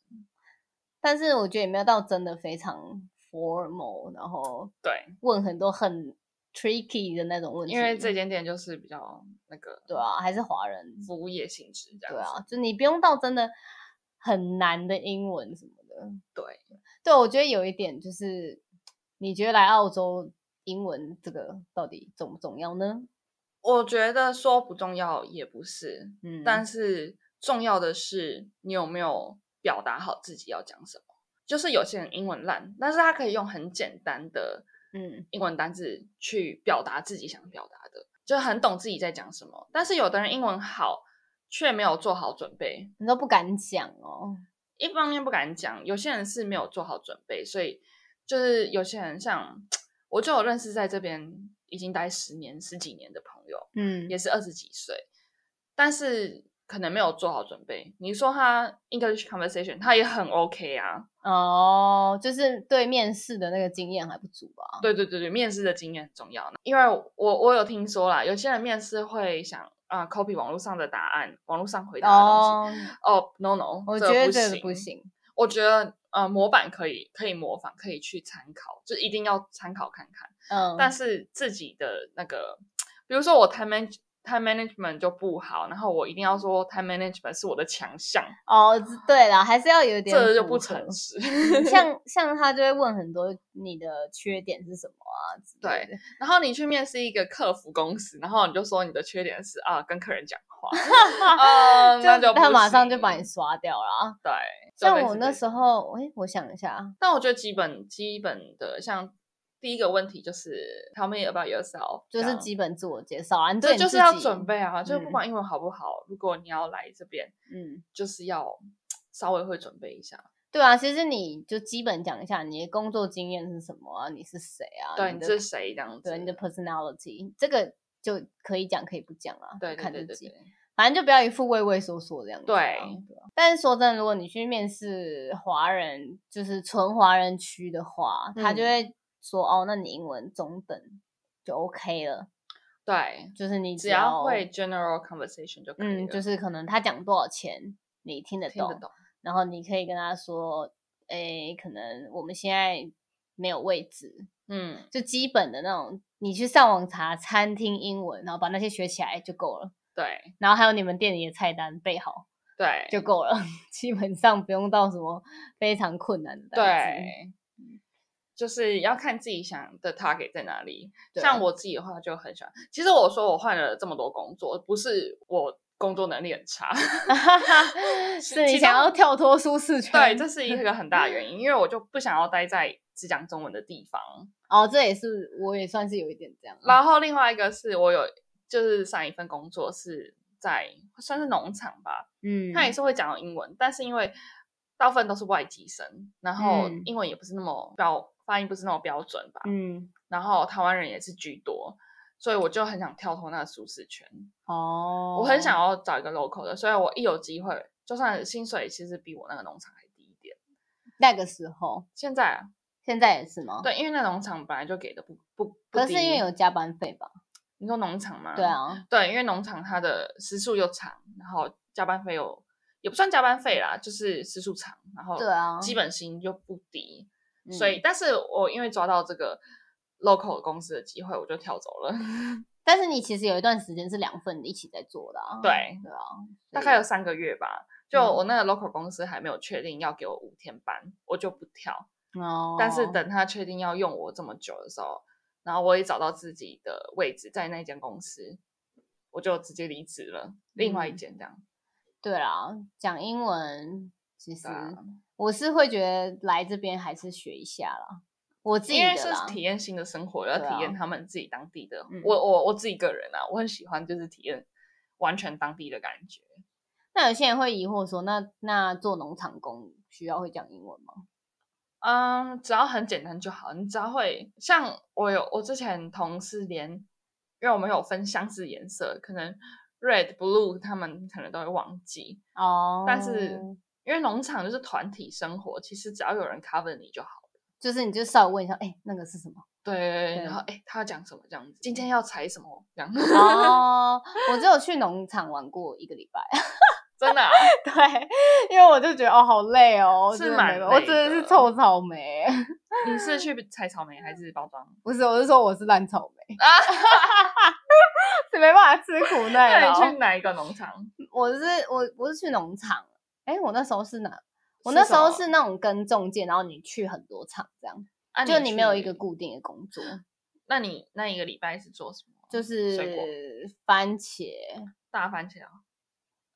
[SPEAKER 2] 但是我觉得也没有到真的非常 formal，然后
[SPEAKER 1] 对，
[SPEAKER 2] 问很多很 tricky 的那种问题。
[SPEAKER 1] 因为这间店就是比较那个
[SPEAKER 2] 对啊，还是华人，
[SPEAKER 1] 服务业性质这样
[SPEAKER 2] 对啊
[SPEAKER 1] 子，，
[SPEAKER 2] 就你不用到真的很难的英文什么的。
[SPEAKER 1] 对，
[SPEAKER 2] 对，我觉得有一点就是，你觉得来澳洲英文这个到底重不重要呢？
[SPEAKER 1] 我觉得说不重要也不是，
[SPEAKER 2] 嗯，
[SPEAKER 1] 但是重要的是你有没有表达好自己要讲什么。就是有些人英文烂，但是他可以用很简单的
[SPEAKER 2] 嗯
[SPEAKER 1] 英文单字去表达自己想表达的，就是很懂自己在讲什么。但是有的人英文好，却没有做好准备，
[SPEAKER 2] 你都不敢讲哦。
[SPEAKER 1] 一方面不敢讲，有些人是没有做好准备，所以就是有些人像我就有认识在这边已经待十年十几年的朋友，
[SPEAKER 2] 嗯
[SPEAKER 1] 也是二十几岁，但是可能没有做好准备。你说他 English conversation，他也很 OK 啊，
[SPEAKER 2] 哦，就是对面试的那个经验还不足吧？
[SPEAKER 1] 对对对对，面试的经验很重要。因为我我有听说啦，有些人面试会想啊、copy 网络上的答案，网络上回答的东西。
[SPEAKER 2] 哦，
[SPEAKER 1] 哦、n o no，
[SPEAKER 2] 我
[SPEAKER 1] 这
[SPEAKER 2] 觉得
[SPEAKER 1] 不
[SPEAKER 2] 这个
[SPEAKER 1] 行
[SPEAKER 2] 不行。
[SPEAKER 1] 我觉得呃模板可以可以模仿，可以去参考，就一定要参考看看。
[SPEAKER 2] 嗯，
[SPEAKER 1] 但是自己的那个，比如说我 time man time management 就不好，然后我一定要说 time management 是我的强项，
[SPEAKER 2] 哦，对了，还是要有点
[SPEAKER 1] 这就
[SPEAKER 2] 符
[SPEAKER 1] 不
[SPEAKER 2] 合
[SPEAKER 1] 诚实。
[SPEAKER 2] 像像他就会问很多你的缺点是什么啊之类
[SPEAKER 1] 对
[SPEAKER 2] 的，
[SPEAKER 1] 然后你去面试一个客服公司，然后你就说你的缺点是啊跟客人讲 话，嗯，那就
[SPEAKER 2] 他
[SPEAKER 1] 不
[SPEAKER 2] 马上就
[SPEAKER 1] 行
[SPEAKER 2] 把你刷掉了啊。
[SPEAKER 1] 对。就
[SPEAKER 2] 像
[SPEAKER 1] 类
[SPEAKER 2] 我
[SPEAKER 1] 似
[SPEAKER 2] 那
[SPEAKER 1] 这
[SPEAKER 2] 时候，哎，我想一下，
[SPEAKER 1] 但我觉得基本基本的像。第一个问题就是 Tell me about yourself，
[SPEAKER 2] 就
[SPEAKER 1] 这
[SPEAKER 2] 是
[SPEAKER 1] 样
[SPEAKER 2] 基本自我介绍啊，你对
[SPEAKER 1] 这
[SPEAKER 2] 你
[SPEAKER 1] 啊就是
[SPEAKER 2] 自
[SPEAKER 1] 要
[SPEAKER 2] 己
[SPEAKER 1] 准，备啊，就是
[SPEAKER 2] 嗯
[SPEAKER 1] 不管英文好不好，如果你要来这边，
[SPEAKER 2] 嗯，
[SPEAKER 1] 就是要稍微会准备一下，
[SPEAKER 2] 对啊，其实你就基本讲一下你的工作经验是什么啊，你是谁啊，
[SPEAKER 1] 对
[SPEAKER 2] 你
[SPEAKER 1] 你
[SPEAKER 2] 的
[SPEAKER 1] 是谁这样子，
[SPEAKER 2] 对你的 personality，这个就可以讲可以不讲啊，
[SPEAKER 1] 对
[SPEAKER 2] 看
[SPEAKER 1] 对
[SPEAKER 2] 自
[SPEAKER 1] 对
[SPEAKER 2] 己，
[SPEAKER 1] 对对，
[SPEAKER 2] 反正就不要一副畏畏缩缩的样子、啊。
[SPEAKER 1] 对
[SPEAKER 2] 啊但是说真的，如果你去面试华人，就是纯华人区的话，他就
[SPEAKER 1] 嗯
[SPEAKER 2] 会说哦，那你英文中等就 OK 了，
[SPEAKER 1] 对，
[SPEAKER 2] 就是你
[SPEAKER 1] 只
[SPEAKER 2] 要
[SPEAKER 1] 要会 general conversation 就可以了，
[SPEAKER 2] 嗯，就是是可能他讲多少钱，你听得
[SPEAKER 1] 听
[SPEAKER 2] 懂，
[SPEAKER 1] 得懂，
[SPEAKER 2] 然后你可以跟他说，诶，可能我们现在没有位置，
[SPEAKER 1] 嗯，
[SPEAKER 2] 就基本的那种，你去上网查餐厅英文，然后把那些学起来就够了。
[SPEAKER 1] 对
[SPEAKER 2] 然后还有你们店里的菜单备好
[SPEAKER 1] 对
[SPEAKER 2] 就够了， 基本上不用到什么非常困难的单词。
[SPEAKER 1] 对，
[SPEAKER 2] 嗯
[SPEAKER 1] 就是要看自己想的 target 在哪里。
[SPEAKER 2] 对
[SPEAKER 1] 像我自己的话，就很喜欢。其实我说我换了这么多工作，不是我工作能力很 差，
[SPEAKER 2] 是你
[SPEAKER 1] 其
[SPEAKER 2] 想
[SPEAKER 1] 中
[SPEAKER 2] 要跳脱舒适圈？
[SPEAKER 1] 对，这是一个很大的原因，因为我就不想要待在只讲中文的地方。
[SPEAKER 2] 哦，这也是我也算是有一点这样。
[SPEAKER 1] 然后另外一个是我有就是上一份工作是在算是农场吧，
[SPEAKER 2] 嗯，
[SPEAKER 1] 他也是会讲英文，但是因为大部分都是外籍生，然后
[SPEAKER 2] 嗯
[SPEAKER 1] 英文也不是那么标发音不是那么标准吧，
[SPEAKER 2] 嗯，
[SPEAKER 1] 然后台湾人也是居多，所以我就很想跳脱那个舒适圈，
[SPEAKER 2] 哦，
[SPEAKER 1] 我很想要找一个 local 的，所以我一有机会，就算薪水其实比我那个农场还低一点，
[SPEAKER 2] 那个时候，
[SPEAKER 1] 现在、啊、
[SPEAKER 2] 现在也是吗？，
[SPEAKER 1] 对，因为那农场本来就给的不不不
[SPEAKER 2] 可是因为
[SPEAKER 1] 低嗯
[SPEAKER 2] 有加班费吧？
[SPEAKER 1] 你说农场吗？
[SPEAKER 2] 对。啊，
[SPEAKER 1] 对，因为农场它的时数又长，然后加班费又也不算加班费啦，就是时数长，然后
[SPEAKER 2] 对啊
[SPEAKER 1] 基本薪又不低，所以
[SPEAKER 2] 嗯，
[SPEAKER 1] 但是我因为抓到这个 local 公司的机会，我就跳走了，
[SPEAKER 2] 但是你其实有一段时间是两份一起在做的啊。
[SPEAKER 1] 对
[SPEAKER 2] 对啊，
[SPEAKER 1] 大
[SPEAKER 2] 所
[SPEAKER 1] 概
[SPEAKER 2] 以
[SPEAKER 1] 有三个月吧。就
[SPEAKER 2] 嗯
[SPEAKER 1] 我那个 local 公司还没有确定要给我五天班，我就不跳。
[SPEAKER 2] 哦，
[SPEAKER 1] 但是等他确定要用我这么久的时候，然后我也找到自己的位置在那间公司，我就直接离职了，另外一
[SPEAKER 2] 嗯
[SPEAKER 1] 间这样。
[SPEAKER 2] 对啦，讲英文其实
[SPEAKER 1] 对啊
[SPEAKER 2] 我是会觉得来这边还是学一下啦，我自己
[SPEAKER 1] 因为
[SPEAKER 2] 的
[SPEAKER 1] 是
[SPEAKER 2] 啦。
[SPEAKER 1] 体验新的生活，要
[SPEAKER 2] 对
[SPEAKER 1] 体验
[SPEAKER 2] 啊
[SPEAKER 1] 他们自己当地的。
[SPEAKER 2] 嗯
[SPEAKER 1] 我我我自己个人啊，我很喜欢就是体验完全当地的感觉。
[SPEAKER 2] 那有些人会疑惑说，那那做农场工需要会讲英文吗？
[SPEAKER 1] 嗯，只要很简单就好，你只要会像我有我之前同事连，因为我们有分相似颜色，可能 red blue 他们可能都会忘记，
[SPEAKER 2] 哦
[SPEAKER 1] 但是因为农场就是团体生活，其实只要有人 cover 你就好。
[SPEAKER 2] 就是你就稍微问一下，哎、那个是什么？
[SPEAKER 1] 对，
[SPEAKER 2] 对啊
[SPEAKER 1] 然后哎，他要讲什么这样子，今天要采什么这样，
[SPEAKER 2] 哦，我只有去农场玩过一个礼拜，
[SPEAKER 1] 真的啊、
[SPEAKER 2] 对，因为我就觉得哦好累哦，
[SPEAKER 1] 是
[SPEAKER 2] 真的
[SPEAKER 1] 蛮
[SPEAKER 2] 没
[SPEAKER 1] 累
[SPEAKER 2] 我真的是
[SPEAKER 1] 的
[SPEAKER 2] 臭草莓，
[SPEAKER 1] 你是去采草莓还是包装？
[SPEAKER 2] 不是，我是说我是烂草 莓啊，是没办法吃 苦耐
[SPEAKER 1] 那
[SPEAKER 2] 劳。
[SPEAKER 1] 你去哪一个农场？
[SPEAKER 2] 我是我我是去农场，哎、我那时候是哪？我
[SPEAKER 1] 是
[SPEAKER 2] 那
[SPEAKER 1] 什
[SPEAKER 2] 时候
[SPEAKER 1] 么
[SPEAKER 2] 是那种跟中介，然后你去很多场这样，
[SPEAKER 1] 啊
[SPEAKER 2] 就你没有一
[SPEAKER 1] 去
[SPEAKER 2] 个固定的工作，
[SPEAKER 1] 那你那一个礼拜是做什么？
[SPEAKER 2] 就
[SPEAKER 1] 水果
[SPEAKER 2] 是番茄，
[SPEAKER 1] 大番茄啊，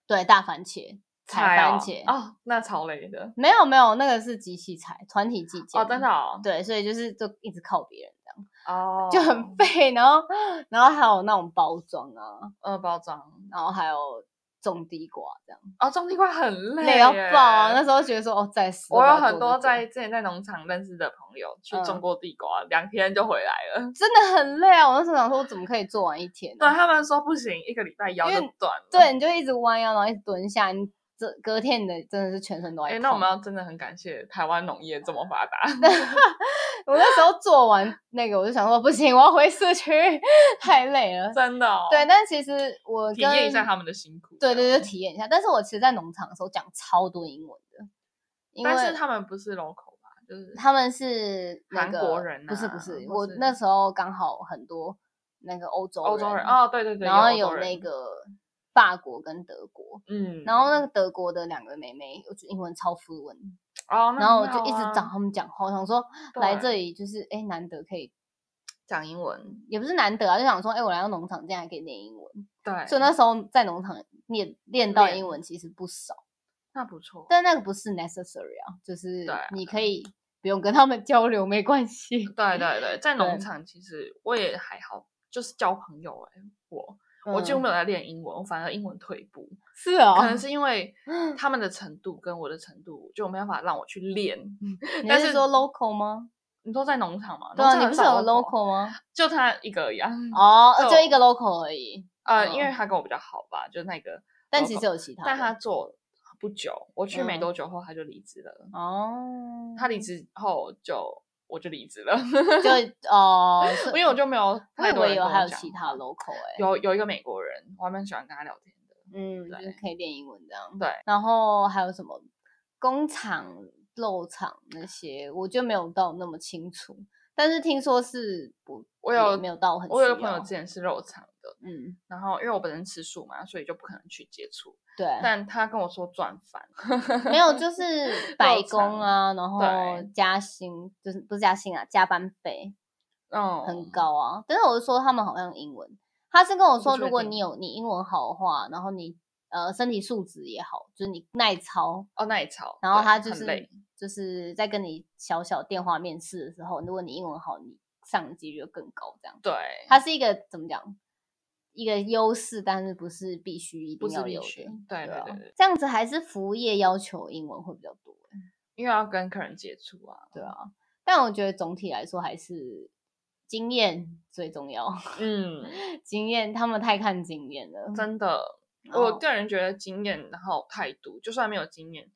[SPEAKER 2] 对，大番茄，采
[SPEAKER 1] 菜
[SPEAKER 2] 番
[SPEAKER 1] 哦
[SPEAKER 2] 茄，
[SPEAKER 1] 哦，那超累的
[SPEAKER 2] 没有没有，那个是集体采，团体计件
[SPEAKER 1] 哦，真的哦，
[SPEAKER 2] 对，所以就是就一直靠别人这样，
[SPEAKER 1] 哦，
[SPEAKER 2] 就很废，然后然后还有那种包装啊，
[SPEAKER 1] 呃包装
[SPEAKER 2] 然后还有种地瓜这样，
[SPEAKER 1] 哦，种地瓜很累，
[SPEAKER 2] 累到爆啊！那。时候觉得说哦，在死都
[SPEAKER 1] 我
[SPEAKER 2] 不
[SPEAKER 1] 有
[SPEAKER 2] 要做
[SPEAKER 1] 很
[SPEAKER 2] 这
[SPEAKER 1] 多
[SPEAKER 2] 个
[SPEAKER 1] 在之前在农场认识的朋友去
[SPEAKER 2] 嗯
[SPEAKER 1] 种过地瓜，两天就回来了。
[SPEAKER 2] 真的 很累啊！我那时候想说，我怎么可以做完一天呢、
[SPEAKER 1] 对他们说不行，一个礼拜腰
[SPEAKER 2] 因
[SPEAKER 1] 就
[SPEAKER 2] 为
[SPEAKER 1] 断了。
[SPEAKER 2] 对，，你就一直弯腰，然后一直蹲下，你这隔天你的真的是全身都在
[SPEAKER 1] 哎，
[SPEAKER 2] 痛。
[SPEAKER 1] 那我们要真的很感谢台湾农业这么发 达。
[SPEAKER 2] 我那时候做完那个，我就想说，不行，我要回市区， 太累了。
[SPEAKER 1] 真的哦，
[SPEAKER 2] 对，但其实我跟
[SPEAKER 1] 体验一下嗯他们的辛苦。
[SPEAKER 2] 对对对，
[SPEAKER 1] 这样，
[SPEAKER 2] 体验一下。但是我其实，在农场的时候讲超多英文的，因为
[SPEAKER 1] 但是他们不是 local 吧，就是
[SPEAKER 2] 他们是、那
[SPEAKER 1] 韩
[SPEAKER 2] 个、
[SPEAKER 1] 国人
[SPEAKER 2] 不是
[SPEAKER 1] 啊
[SPEAKER 2] 不是，
[SPEAKER 1] 或
[SPEAKER 2] 我
[SPEAKER 1] 是
[SPEAKER 2] 那时候刚好很多那个欧洲
[SPEAKER 1] 欧洲人哦，对对对，
[SPEAKER 2] 然
[SPEAKER 1] 有
[SPEAKER 2] 后
[SPEAKER 1] 欧
[SPEAKER 2] 有
[SPEAKER 1] 洲
[SPEAKER 2] 那
[SPEAKER 1] 人，
[SPEAKER 2] 个法国跟德国，
[SPEAKER 1] 嗯，
[SPEAKER 2] 然后那个德国的两个妹妹，我觉得英文超 fluent，、
[SPEAKER 1] 哦，那
[SPEAKER 2] 然后我
[SPEAKER 1] 很
[SPEAKER 2] 就一
[SPEAKER 1] 好
[SPEAKER 2] 直
[SPEAKER 1] 啊
[SPEAKER 2] 找他们讲话，我想说来
[SPEAKER 1] 对
[SPEAKER 2] 这里就是哎难得可以，
[SPEAKER 1] 讲英文，
[SPEAKER 2] 也不是难得啊，就想说哎我来到农场这样还可以练英文，
[SPEAKER 1] 对，
[SPEAKER 2] 所以那时候在农场练练到
[SPEAKER 1] 练
[SPEAKER 2] 英文其实不少，
[SPEAKER 1] 那不错。
[SPEAKER 2] 但那个不是 necessary 啊，就是
[SPEAKER 1] 对
[SPEAKER 2] 你可以不用跟他们交流没关系。
[SPEAKER 1] 对对对，在
[SPEAKER 2] 对
[SPEAKER 1] 农场其实我也还好，就是交朋友哎、我我几乎
[SPEAKER 2] 嗯
[SPEAKER 1] 没有在练英文，我反而英文退步，
[SPEAKER 2] 是啊、
[SPEAKER 1] 可能是因 为他们的程度跟我的程度就没办法让我去练。
[SPEAKER 2] 你
[SPEAKER 1] 但
[SPEAKER 2] 是
[SPEAKER 1] 是
[SPEAKER 2] 说 local 吗？
[SPEAKER 1] 你说在农场嘛，
[SPEAKER 2] 对
[SPEAKER 1] 农
[SPEAKER 2] 啊，
[SPEAKER 1] 场
[SPEAKER 2] 你
[SPEAKER 1] 很
[SPEAKER 2] 不是有
[SPEAKER 1] 少
[SPEAKER 2] local 吗？
[SPEAKER 1] 就他一个样。
[SPEAKER 2] 哦，
[SPEAKER 1] 就
[SPEAKER 2] 就一个 local 而已，
[SPEAKER 1] 呃，因为
[SPEAKER 2] 嗯
[SPEAKER 1] 他跟我比较好吧，就那个 local，
[SPEAKER 2] 但其实有其他的。
[SPEAKER 1] 但他做不久，我去没
[SPEAKER 2] 嗯
[SPEAKER 1] 多久后他就离职了。
[SPEAKER 2] 哦，
[SPEAKER 1] 他离职后就我就离职了，
[SPEAKER 2] 就哦，是
[SPEAKER 1] 因为我就没有
[SPEAKER 2] 我
[SPEAKER 1] 太
[SPEAKER 2] 以
[SPEAKER 1] 多
[SPEAKER 2] 为
[SPEAKER 1] 人
[SPEAKER 2] 有
[SPEAKER 1] 跟
[SPEAKER 2] 还
[SPEAKER 1] 我
[SPEAKER 2] 有
[SPEAKER 1] 讲
[SPEAKER 2] 其他 local 哎、
[SPEAKER 1] 有有一个美国人，我还蛮喜欢跟他聊天的。
[SPEAKER 2] 嗯，就
[SPEAKER 1] 对
[SPEAKER 2] 是可以练英文这样。
[SPEAKER 1] 对，
[SPEAKER 2] 然后还有什么工厂、肉厂那些，我就没有到那么清楚。但是听说是不，
[SPEAKER 1] 我
[SPEAKER 2] 也
[SPEAKER 1] 有
[SPEAKER 2] 没有到很需要？哦
[SPEAKER 1] 我有个朋友之前是肉厂的，
[SPEAKER 2] 嗯，
[SPEAKER 1] 然后因为我本身吃素嘛，所以就不可能去接触。
[SPEAKER 2] 对，
[SPEAKER 1] 但他跟我说赚翻，
[SPEAKER 2] 没有就是 白
[SPEAKER 1] 肉
[SPEAKER 2] 工
[SPEAKER 1] 厂
[SPEAKER 2] 啊，然后
[SPEAKER 1] 对
[SPEAKER 2] 加薪，就是不是加薪啊，加班费
[SPEAKER 1] 嗯，
[SPEAKER 2] 很。高啊。但是我是说他们好像英文，他是跟我
[SPEAKER 1] 不
[SPEAKER 2] 说，
[SPEAKER 1] 确
[SPEAKER 2] 如果
[SPEAKER 1] 定
[SPEAKER 2] 你有你英文好的话，然后你呃身体素质也好，就是你耐操，
[SPEAKER 1] 哦，那也超，
[SPEAKER 2] 然后
[SPEAKER 1] 对
[SPEAKER 2] 他就
[SPEAKER 1] 很
[SPEAKER 2] 是
[SPEAKER 1] 累
[SPEAKER 2] 就是在跟你小小电话面试的时候，如果你英文好，你上的几率就更高。这样，
[SPEAKER 1] 对，
[SPEAKER 2] 它是一个怎么讲？一个优势，但是不是必须一
[SPEAKER 1] 不
[SPEAKER 2] 定
[SPEAKER 1] 是
[SPEAKER 2] 要
[SPEAKER 1] 必
[SPEAKER 2] 有的
[SPEAKER 1] 须，对对
[SPEAKER 2] 啊
[SPEAKER 1] 对对，
[SPEAKER 2] 这样子还是服务业要求英文会比较多。
[SPEAKER 1] 因为要跟客人接触啊，
[SPEAKER 2] 对啊，但我觉得总体来说还是经验最重要。
[SPEAKER 1] 嗯，
[SPEAKER 2] 经验，他们太看经验了。
[SPEAKER 1] 真的，
[SPEAKER 2] 然
[SPEAKER 1] 我
[SPEAKER 2] 后
[SPEAKER 1] 个人觉得经验然后态度，就算没有经验，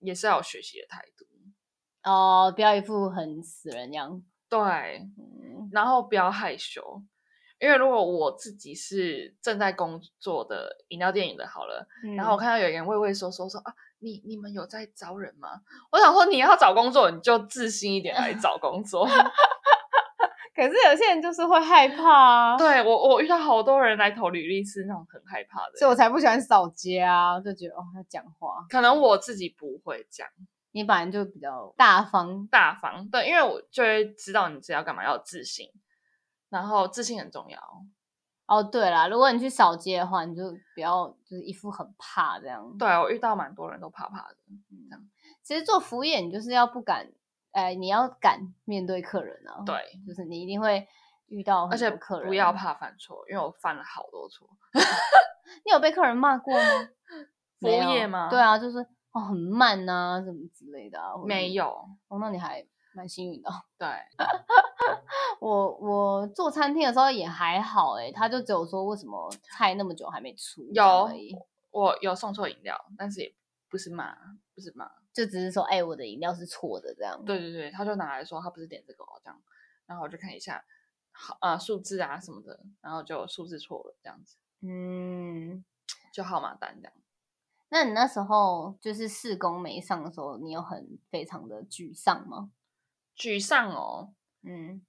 [SPEAKER 1] 也是要有学习的态度，
[SPEAKER 2] 哦，不要一副很死人样。
[SPEAKER 1] 对，
[SPEAKER 2] 嗯，
[SPEAKER 1] 然后不要害羞，因为如果我自己是正在工作的饮料店里的，好了，然后我
[SPEAKER 2] 嗯
[SPEAKER 1] 看到有人畏畏缩缩说啊，你你们有在招人吗？我想说你要找工作，你就自信一点来找工作。
[SPEAKER 2] 可是有些人就是会害怕啊，，
[SPEAKER 1] 对我我遇到好多人来投履历是那种很害怕的
[SPEAKER 2] 所以我
[SPEAKER 1] 人，
[SPEAKER 2] 才不喜欢扫街啊，就觉得哦，他讲话，
[SPEAKER 1] 可能我自己不会这样
[SPEAKER 2] 你本来就比较大方。
[SPEAKER 1] 大方，对，因为我就会知道你自己要干嘛，要有自信，然后自信很重要。
[SPEAKER 2] 哦，对啦，如果你去扫街的话，你就不要就是一副很怕这样。
[SPEAKER 1] 对啊我遇到蛮多人都怕怕的，
[SPEAKER 2] 嗯其实做服务业，你就是要不敢，哎，你要敢面对客人啊。
[SPEAKER 1] 对，，
[SPEAKER 2] 就是你一定会遇到
[SPEAKER 1] 而
[SPEAKER 2] 很
[SPEAKER 1] 且
[SPEAKER 2] 多客人，啊
[SPEAKER 1] 不要。怕犯错，因为我犯了好多错。
[SPEAKER 2] 你有被客人骂过吗？
[SPEAKER 1] 服务
[SPEAKER 2] 没有
[SPEAKER 1] 业吗
[SPEAKER 2] 对啊，就是哦很慢呐、什么之类的、啊。或者
[SPEAKER 1] 没
[SPEAKER 2] 是，
[SPEAKER 1] 有，
[SPEAKER 2] 哦，那你还蛮 幸运的哦。
[SPEAKER 1] 对，
[SPEAKER 2] 我我做餐厅的时候也还好诶、他就只有说为什么菜那么久还没出，这样
[SPEAKER 1] 有
[SPEAKER 2] 而已
[SPEAKER 1] 我有送错饮料，但是也不是骂，不是骂。
[SPEAKER 2] 就只是说哎、我的饮料是错的这样。
[SPEAKER 1] 对对对，他就拿来说他不是点这个哦，这样，然后我就看一下，好呃数字啊什么的，然后就数字错了这样子，
[SPEAKER 2] 嗯，
[SPEAKER 1] 就号码单这样。
[SPEAKER 2] 那你那时候就是试工没上的时候，你有很非常的沮丧吗？
[SPEAKER 1] 沮丧哦，
[SPEAKER 2] 嗯，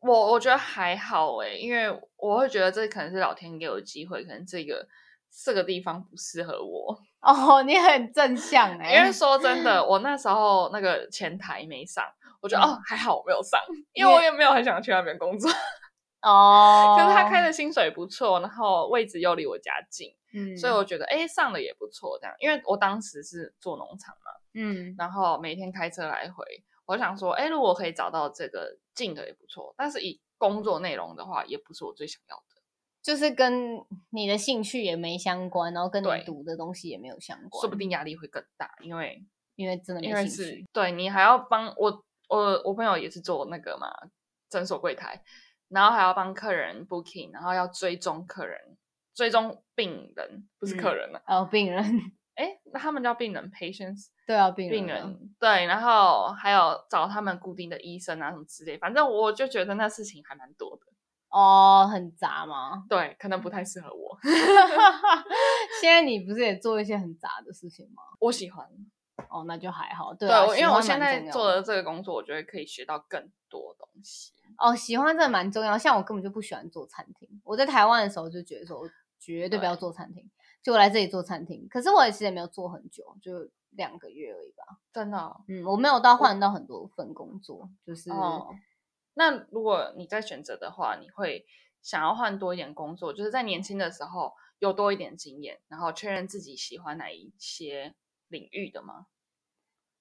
[SPEAKER 1] 我我觉得还好诶，因为我会觉得这可能是老天给我的机会，可能这个这个地方不适合我。
[SPEAKER 2] 哦，你很正 向哎、
[SPEAKER 1] 因为说真 的，我那时候那个前台没上，我觉得、
[SPEAKER 2] 嗯
[SPEAKER 1] 哦还好我没有上，因
[SPEAKER 2] 你
[SPEAKER 1] 为我
[SPEAKER 2] 也
[SPEAKER 1] 也没有很想去那边工作。
[SPEAKER 2] 哦，
[SPEAKER 1] 可是他开的薪水不错，然后位置又离我家近，
[SPEAKER 2] 嗯，
[SPEAKER 1] 所以我觉得哎上了也不错这样。因为我当时是做农场嘛，
[SPEAKER 2] 嗯
[SPEAKER 1] 然后每天开车来回，我想说哎如果可以找到这个近的也不错，但是以工作内容的话，也不是我最想要的，
[SPEAKER 2] 就是跟你的兴趣也没相关，然后跟
[SPEAKER 1] 对
[SPEAKER 2] 你读的东西也没有相关，
[SPEAKER 1] 说不定压力会更大，因为
[SPEAKER 2] 因为真的
[SPEAKER 1] 因
[SPEAKER 2] 没
[SPEAKER 1] 为
[SPEAKER 2] 兴
[SPEAKER 1] 是
[SPEAKER 2] 趣。
[SPEAKER 1] 对你还要帮我我我朋友也是做那个嘛诊所柜台，然后还要帮客人 booking，然后要追踪客人，追踪病人不是客
[SPEAKER 2] 嗯
[SPEAKER 1] 人了、啊，
[SPEAKER 2] 哦，病人，
[SPEAKER 1] 哎、那他们叫病人 patients。
[SPEAKER 2] 对啊，病人
[SPEAKER 1] 病
[SPEAKER 2] 啊，
[SPEAKER 1] 人对，然后还有找他们固定的医生啊什么之类，反正我就觉得那事情还蛮多的，
[SPEAKER 2] 哦，很杂吗？
[SPEAKER 1] 对，可能不太适合我，
[SPEAKER 2] 现在你不是也做一些很杂的事情吗？
[SPEAKER 1] 我喜欢，
[SPEAKER 2] 哦，那就还好。对
[SPEAKER 1] 对
[SPEAKER 2] 啊，
[SPEAKER 1] 我
[SPEAKER 2] 喜
[SPEAKER 1] 因为我
[SPEAKER 2] 欢
[SPEAKER 1] 现
[SPEAKER 2] 蛮
[SPEAKER 1] 在
[SPEAKER 2] 重要
[SPEAKER 1] 做的这个工作，我觉得可以学到更多东西，
[SPEAKER 2] 哦，喜欢真的蛮重要。像我根本就不喜欢做餐厅，我在台湾的时候就觉得说，我绝对不要
[SPEAKER 1] 对
[SPEAKER 2] 做餐厅。就我来这里做餐厅，可是我其实也没有做很久，就两个月而已吧。
[SPEAKER 1] 真的哦、
[SPEAKER 2] 嗯，我没有到换到很多份工作，就是、
[SPEAKER 1] 哦那如果你在选择的话，你会想要换多一点工作，就是在年轻的时候有多一点经验，然后确认自己喜欢哪一些领域的吗？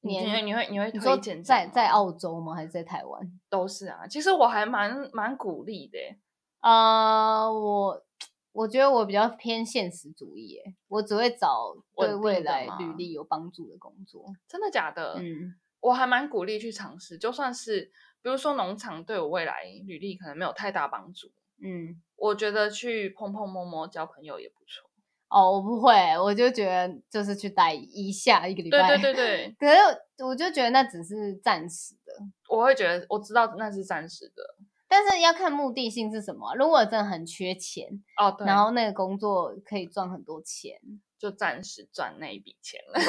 [SPEAKER 1] 你
[SPEAKER 2] 年
[SPEAKER 1] 觉得你会你会
[SPEAKER 2] 你说
[SPEAKER 1] 推荐这
[SPEAKER 2] 在
[SPEAKER 1] 样吗
[SPEAKER 2] 在澳洲吗？还是在台湾？
[SPEAKER 1] 都是啊，其实我还蛮蛮鼓励的耶、
[SPEAKER 2] 呃，我我觉得我比较偏现实主义耶，我只会找对
[SPEAKER 1] 稳
[SPEAKER 2] 未
[SPEAKER 1] 定的
[SPEAKER 2] 来
[SPEAKER 1] 吗
[SPEAKER 2] 履历有帮助的工作。
[SPEAKER 1] 真的假的？
[SPEAKER 2] 嗯，
[SPEAKER 1] 我还蛮鼓励去尝试，就算是比如说农场对我未来履历可能没有太大帮助，
[SPEAKER 2] 嗯，
[SPEAKER 1] 我觉得去碰碰摸摸交朋友也不错。
[SPEAKER 2] 哦，我不会，我就觉得就是去待一下一个礼
[SPEAKER 1] 对
[SPEAKER 2] 拜。
[SPEAKER 1] 对对 对，
[SPEAKER 2] 可是我就觉得那只是暂时的，
[SPEAKER 1] 我会觉得我知道那是暂时的
[SPEAKER 2] 但是要看目的性是什么啊。如果真的很缺钱，
[SPEAKER 1] 哦，对，
[SPEAKER 2] 然后那个工作可以赚很多钱，
[SPEAKER 1] 就暂时赚那一笔钱了。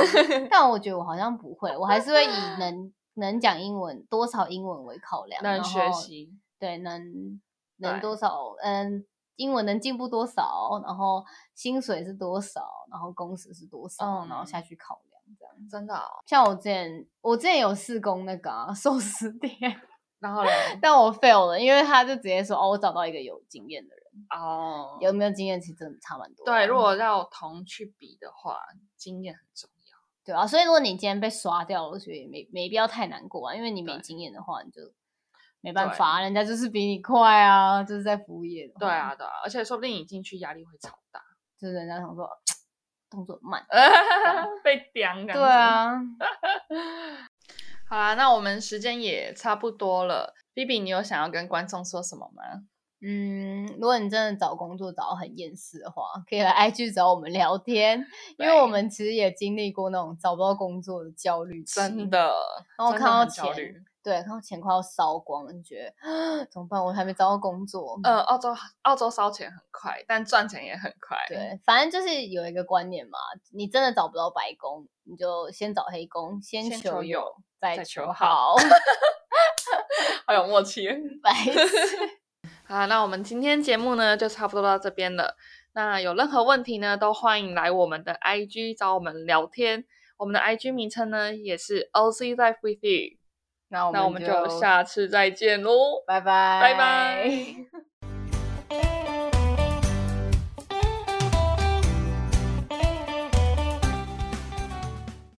[SPEAKER 2] 但我觉得我好像不会，我还是会以能能讲英文多少英文为考量，
[SPEAKER 1] 能
[SPEAKER 2] 然
[SPEAKER 1] 学
[SPEAKER 2] 后
[SPEAKER 1] 习，
[SPEAKER 2] 对，能能
[SPEAKER 1] 对
[SPEAKER 2] 多少，嗯，英文能进步多少，然后薪水是多少，然后工时是多少，然后
[SPEAKER 1] 嗯
[SPEAKER 2] 下去考量这样。
[SPEAKER 1] 真的哦、
[SPEAKER 2] 像我之前，我之前有试工那个、啊、 寿司店，
[SPEAKER 1] 然后嘞
[SPEAKER 2] 但我 fail 了，因为他就直接说哦，我找到一个有经验的人，
[SPEAKER 1] 哦，
[SPEAKER 2] 有没有经验其实真的差蛮多的。
[SPEAKER 1] 对，如果要同去比的话，经验很重要。
[SPEAKER 2] 对啊，所以如果你今天被刷掉了，我觉得也没没必要太难过啊，因为你没
[SPEAKER 1] 对
[SPEAKER 2] 经验的话，你就没办法啊，人家就是比你快啊，就是在服务业的话
[SPEAKER 1] 对啊，，对啊，而且说不定你进去压力会超 大，
[SPEAKER 2] 就是人家想说动作慢，
[SPEAKER 1] 被刁。这样
[SPEAKER 2] 对
[SPEAKER 1] 子，
[SPEAKER 2] 啊，
[SPEAKER 1] 好啦，那我们时间也差不多了。B B，你有想要跟观众说什么吗？
[SPEAKER 2] 嗯，如果你真的找工作找到很厌世的话，可以来 IG 找我们聊天，因为
[SPEAKER 1] 对
[SPEAKER 2] 我们其实也经历过那种找不到工作的焦虑期，
[SPEAKER 1] 真的，
[SPEAKER 2] 然后
[SPEAKER 1] 真
[SPEAKER 2] 看
[SPEAKER 1] 的
[SPEAKER 2] 到
[SPEAKER 1] 很焦
[SPEAKER 2] 钱，
[SPEAKER 1] 虑。
[SPEAKER 2] 对，看到钱快要烧光了，你觉得 怎么办？我还没找到工作，
[SPEAKER 1] 呃，澳洲澳洲烧钱很快，但赚钱也很快。，
[SPEAKER 2] 对，反正就是有一个观念嘛，你真的找不到白工，你就先找黑工，先
[SPEAKER 1] 先求
[SPEAKER 2] 求
[SPEAKER 1] 有
[SPEAKER 2] 有，再
[SPEAKER 1] 再求
[SPEAKER 2] 求
[SPEAKER 1] 好
[SPEAKER 2] 好。
[SPEAKER 1] 好有默契。
[SPEAKER 2] 白痴
[SPEAKER 1] 好，那我们今天节目呢就差不多到这边了。那有任何问题呢，都欢迎来我们的 IG 找我们聊天。我们的 IG 名称呢也是 OC Life with You。
[SPEAKER 2] 那我
[SPEAKER 1] 那我们就下次再见喽，
[SPEAKER 2] 拜拜，
[SPEAKER 1] 拜拜。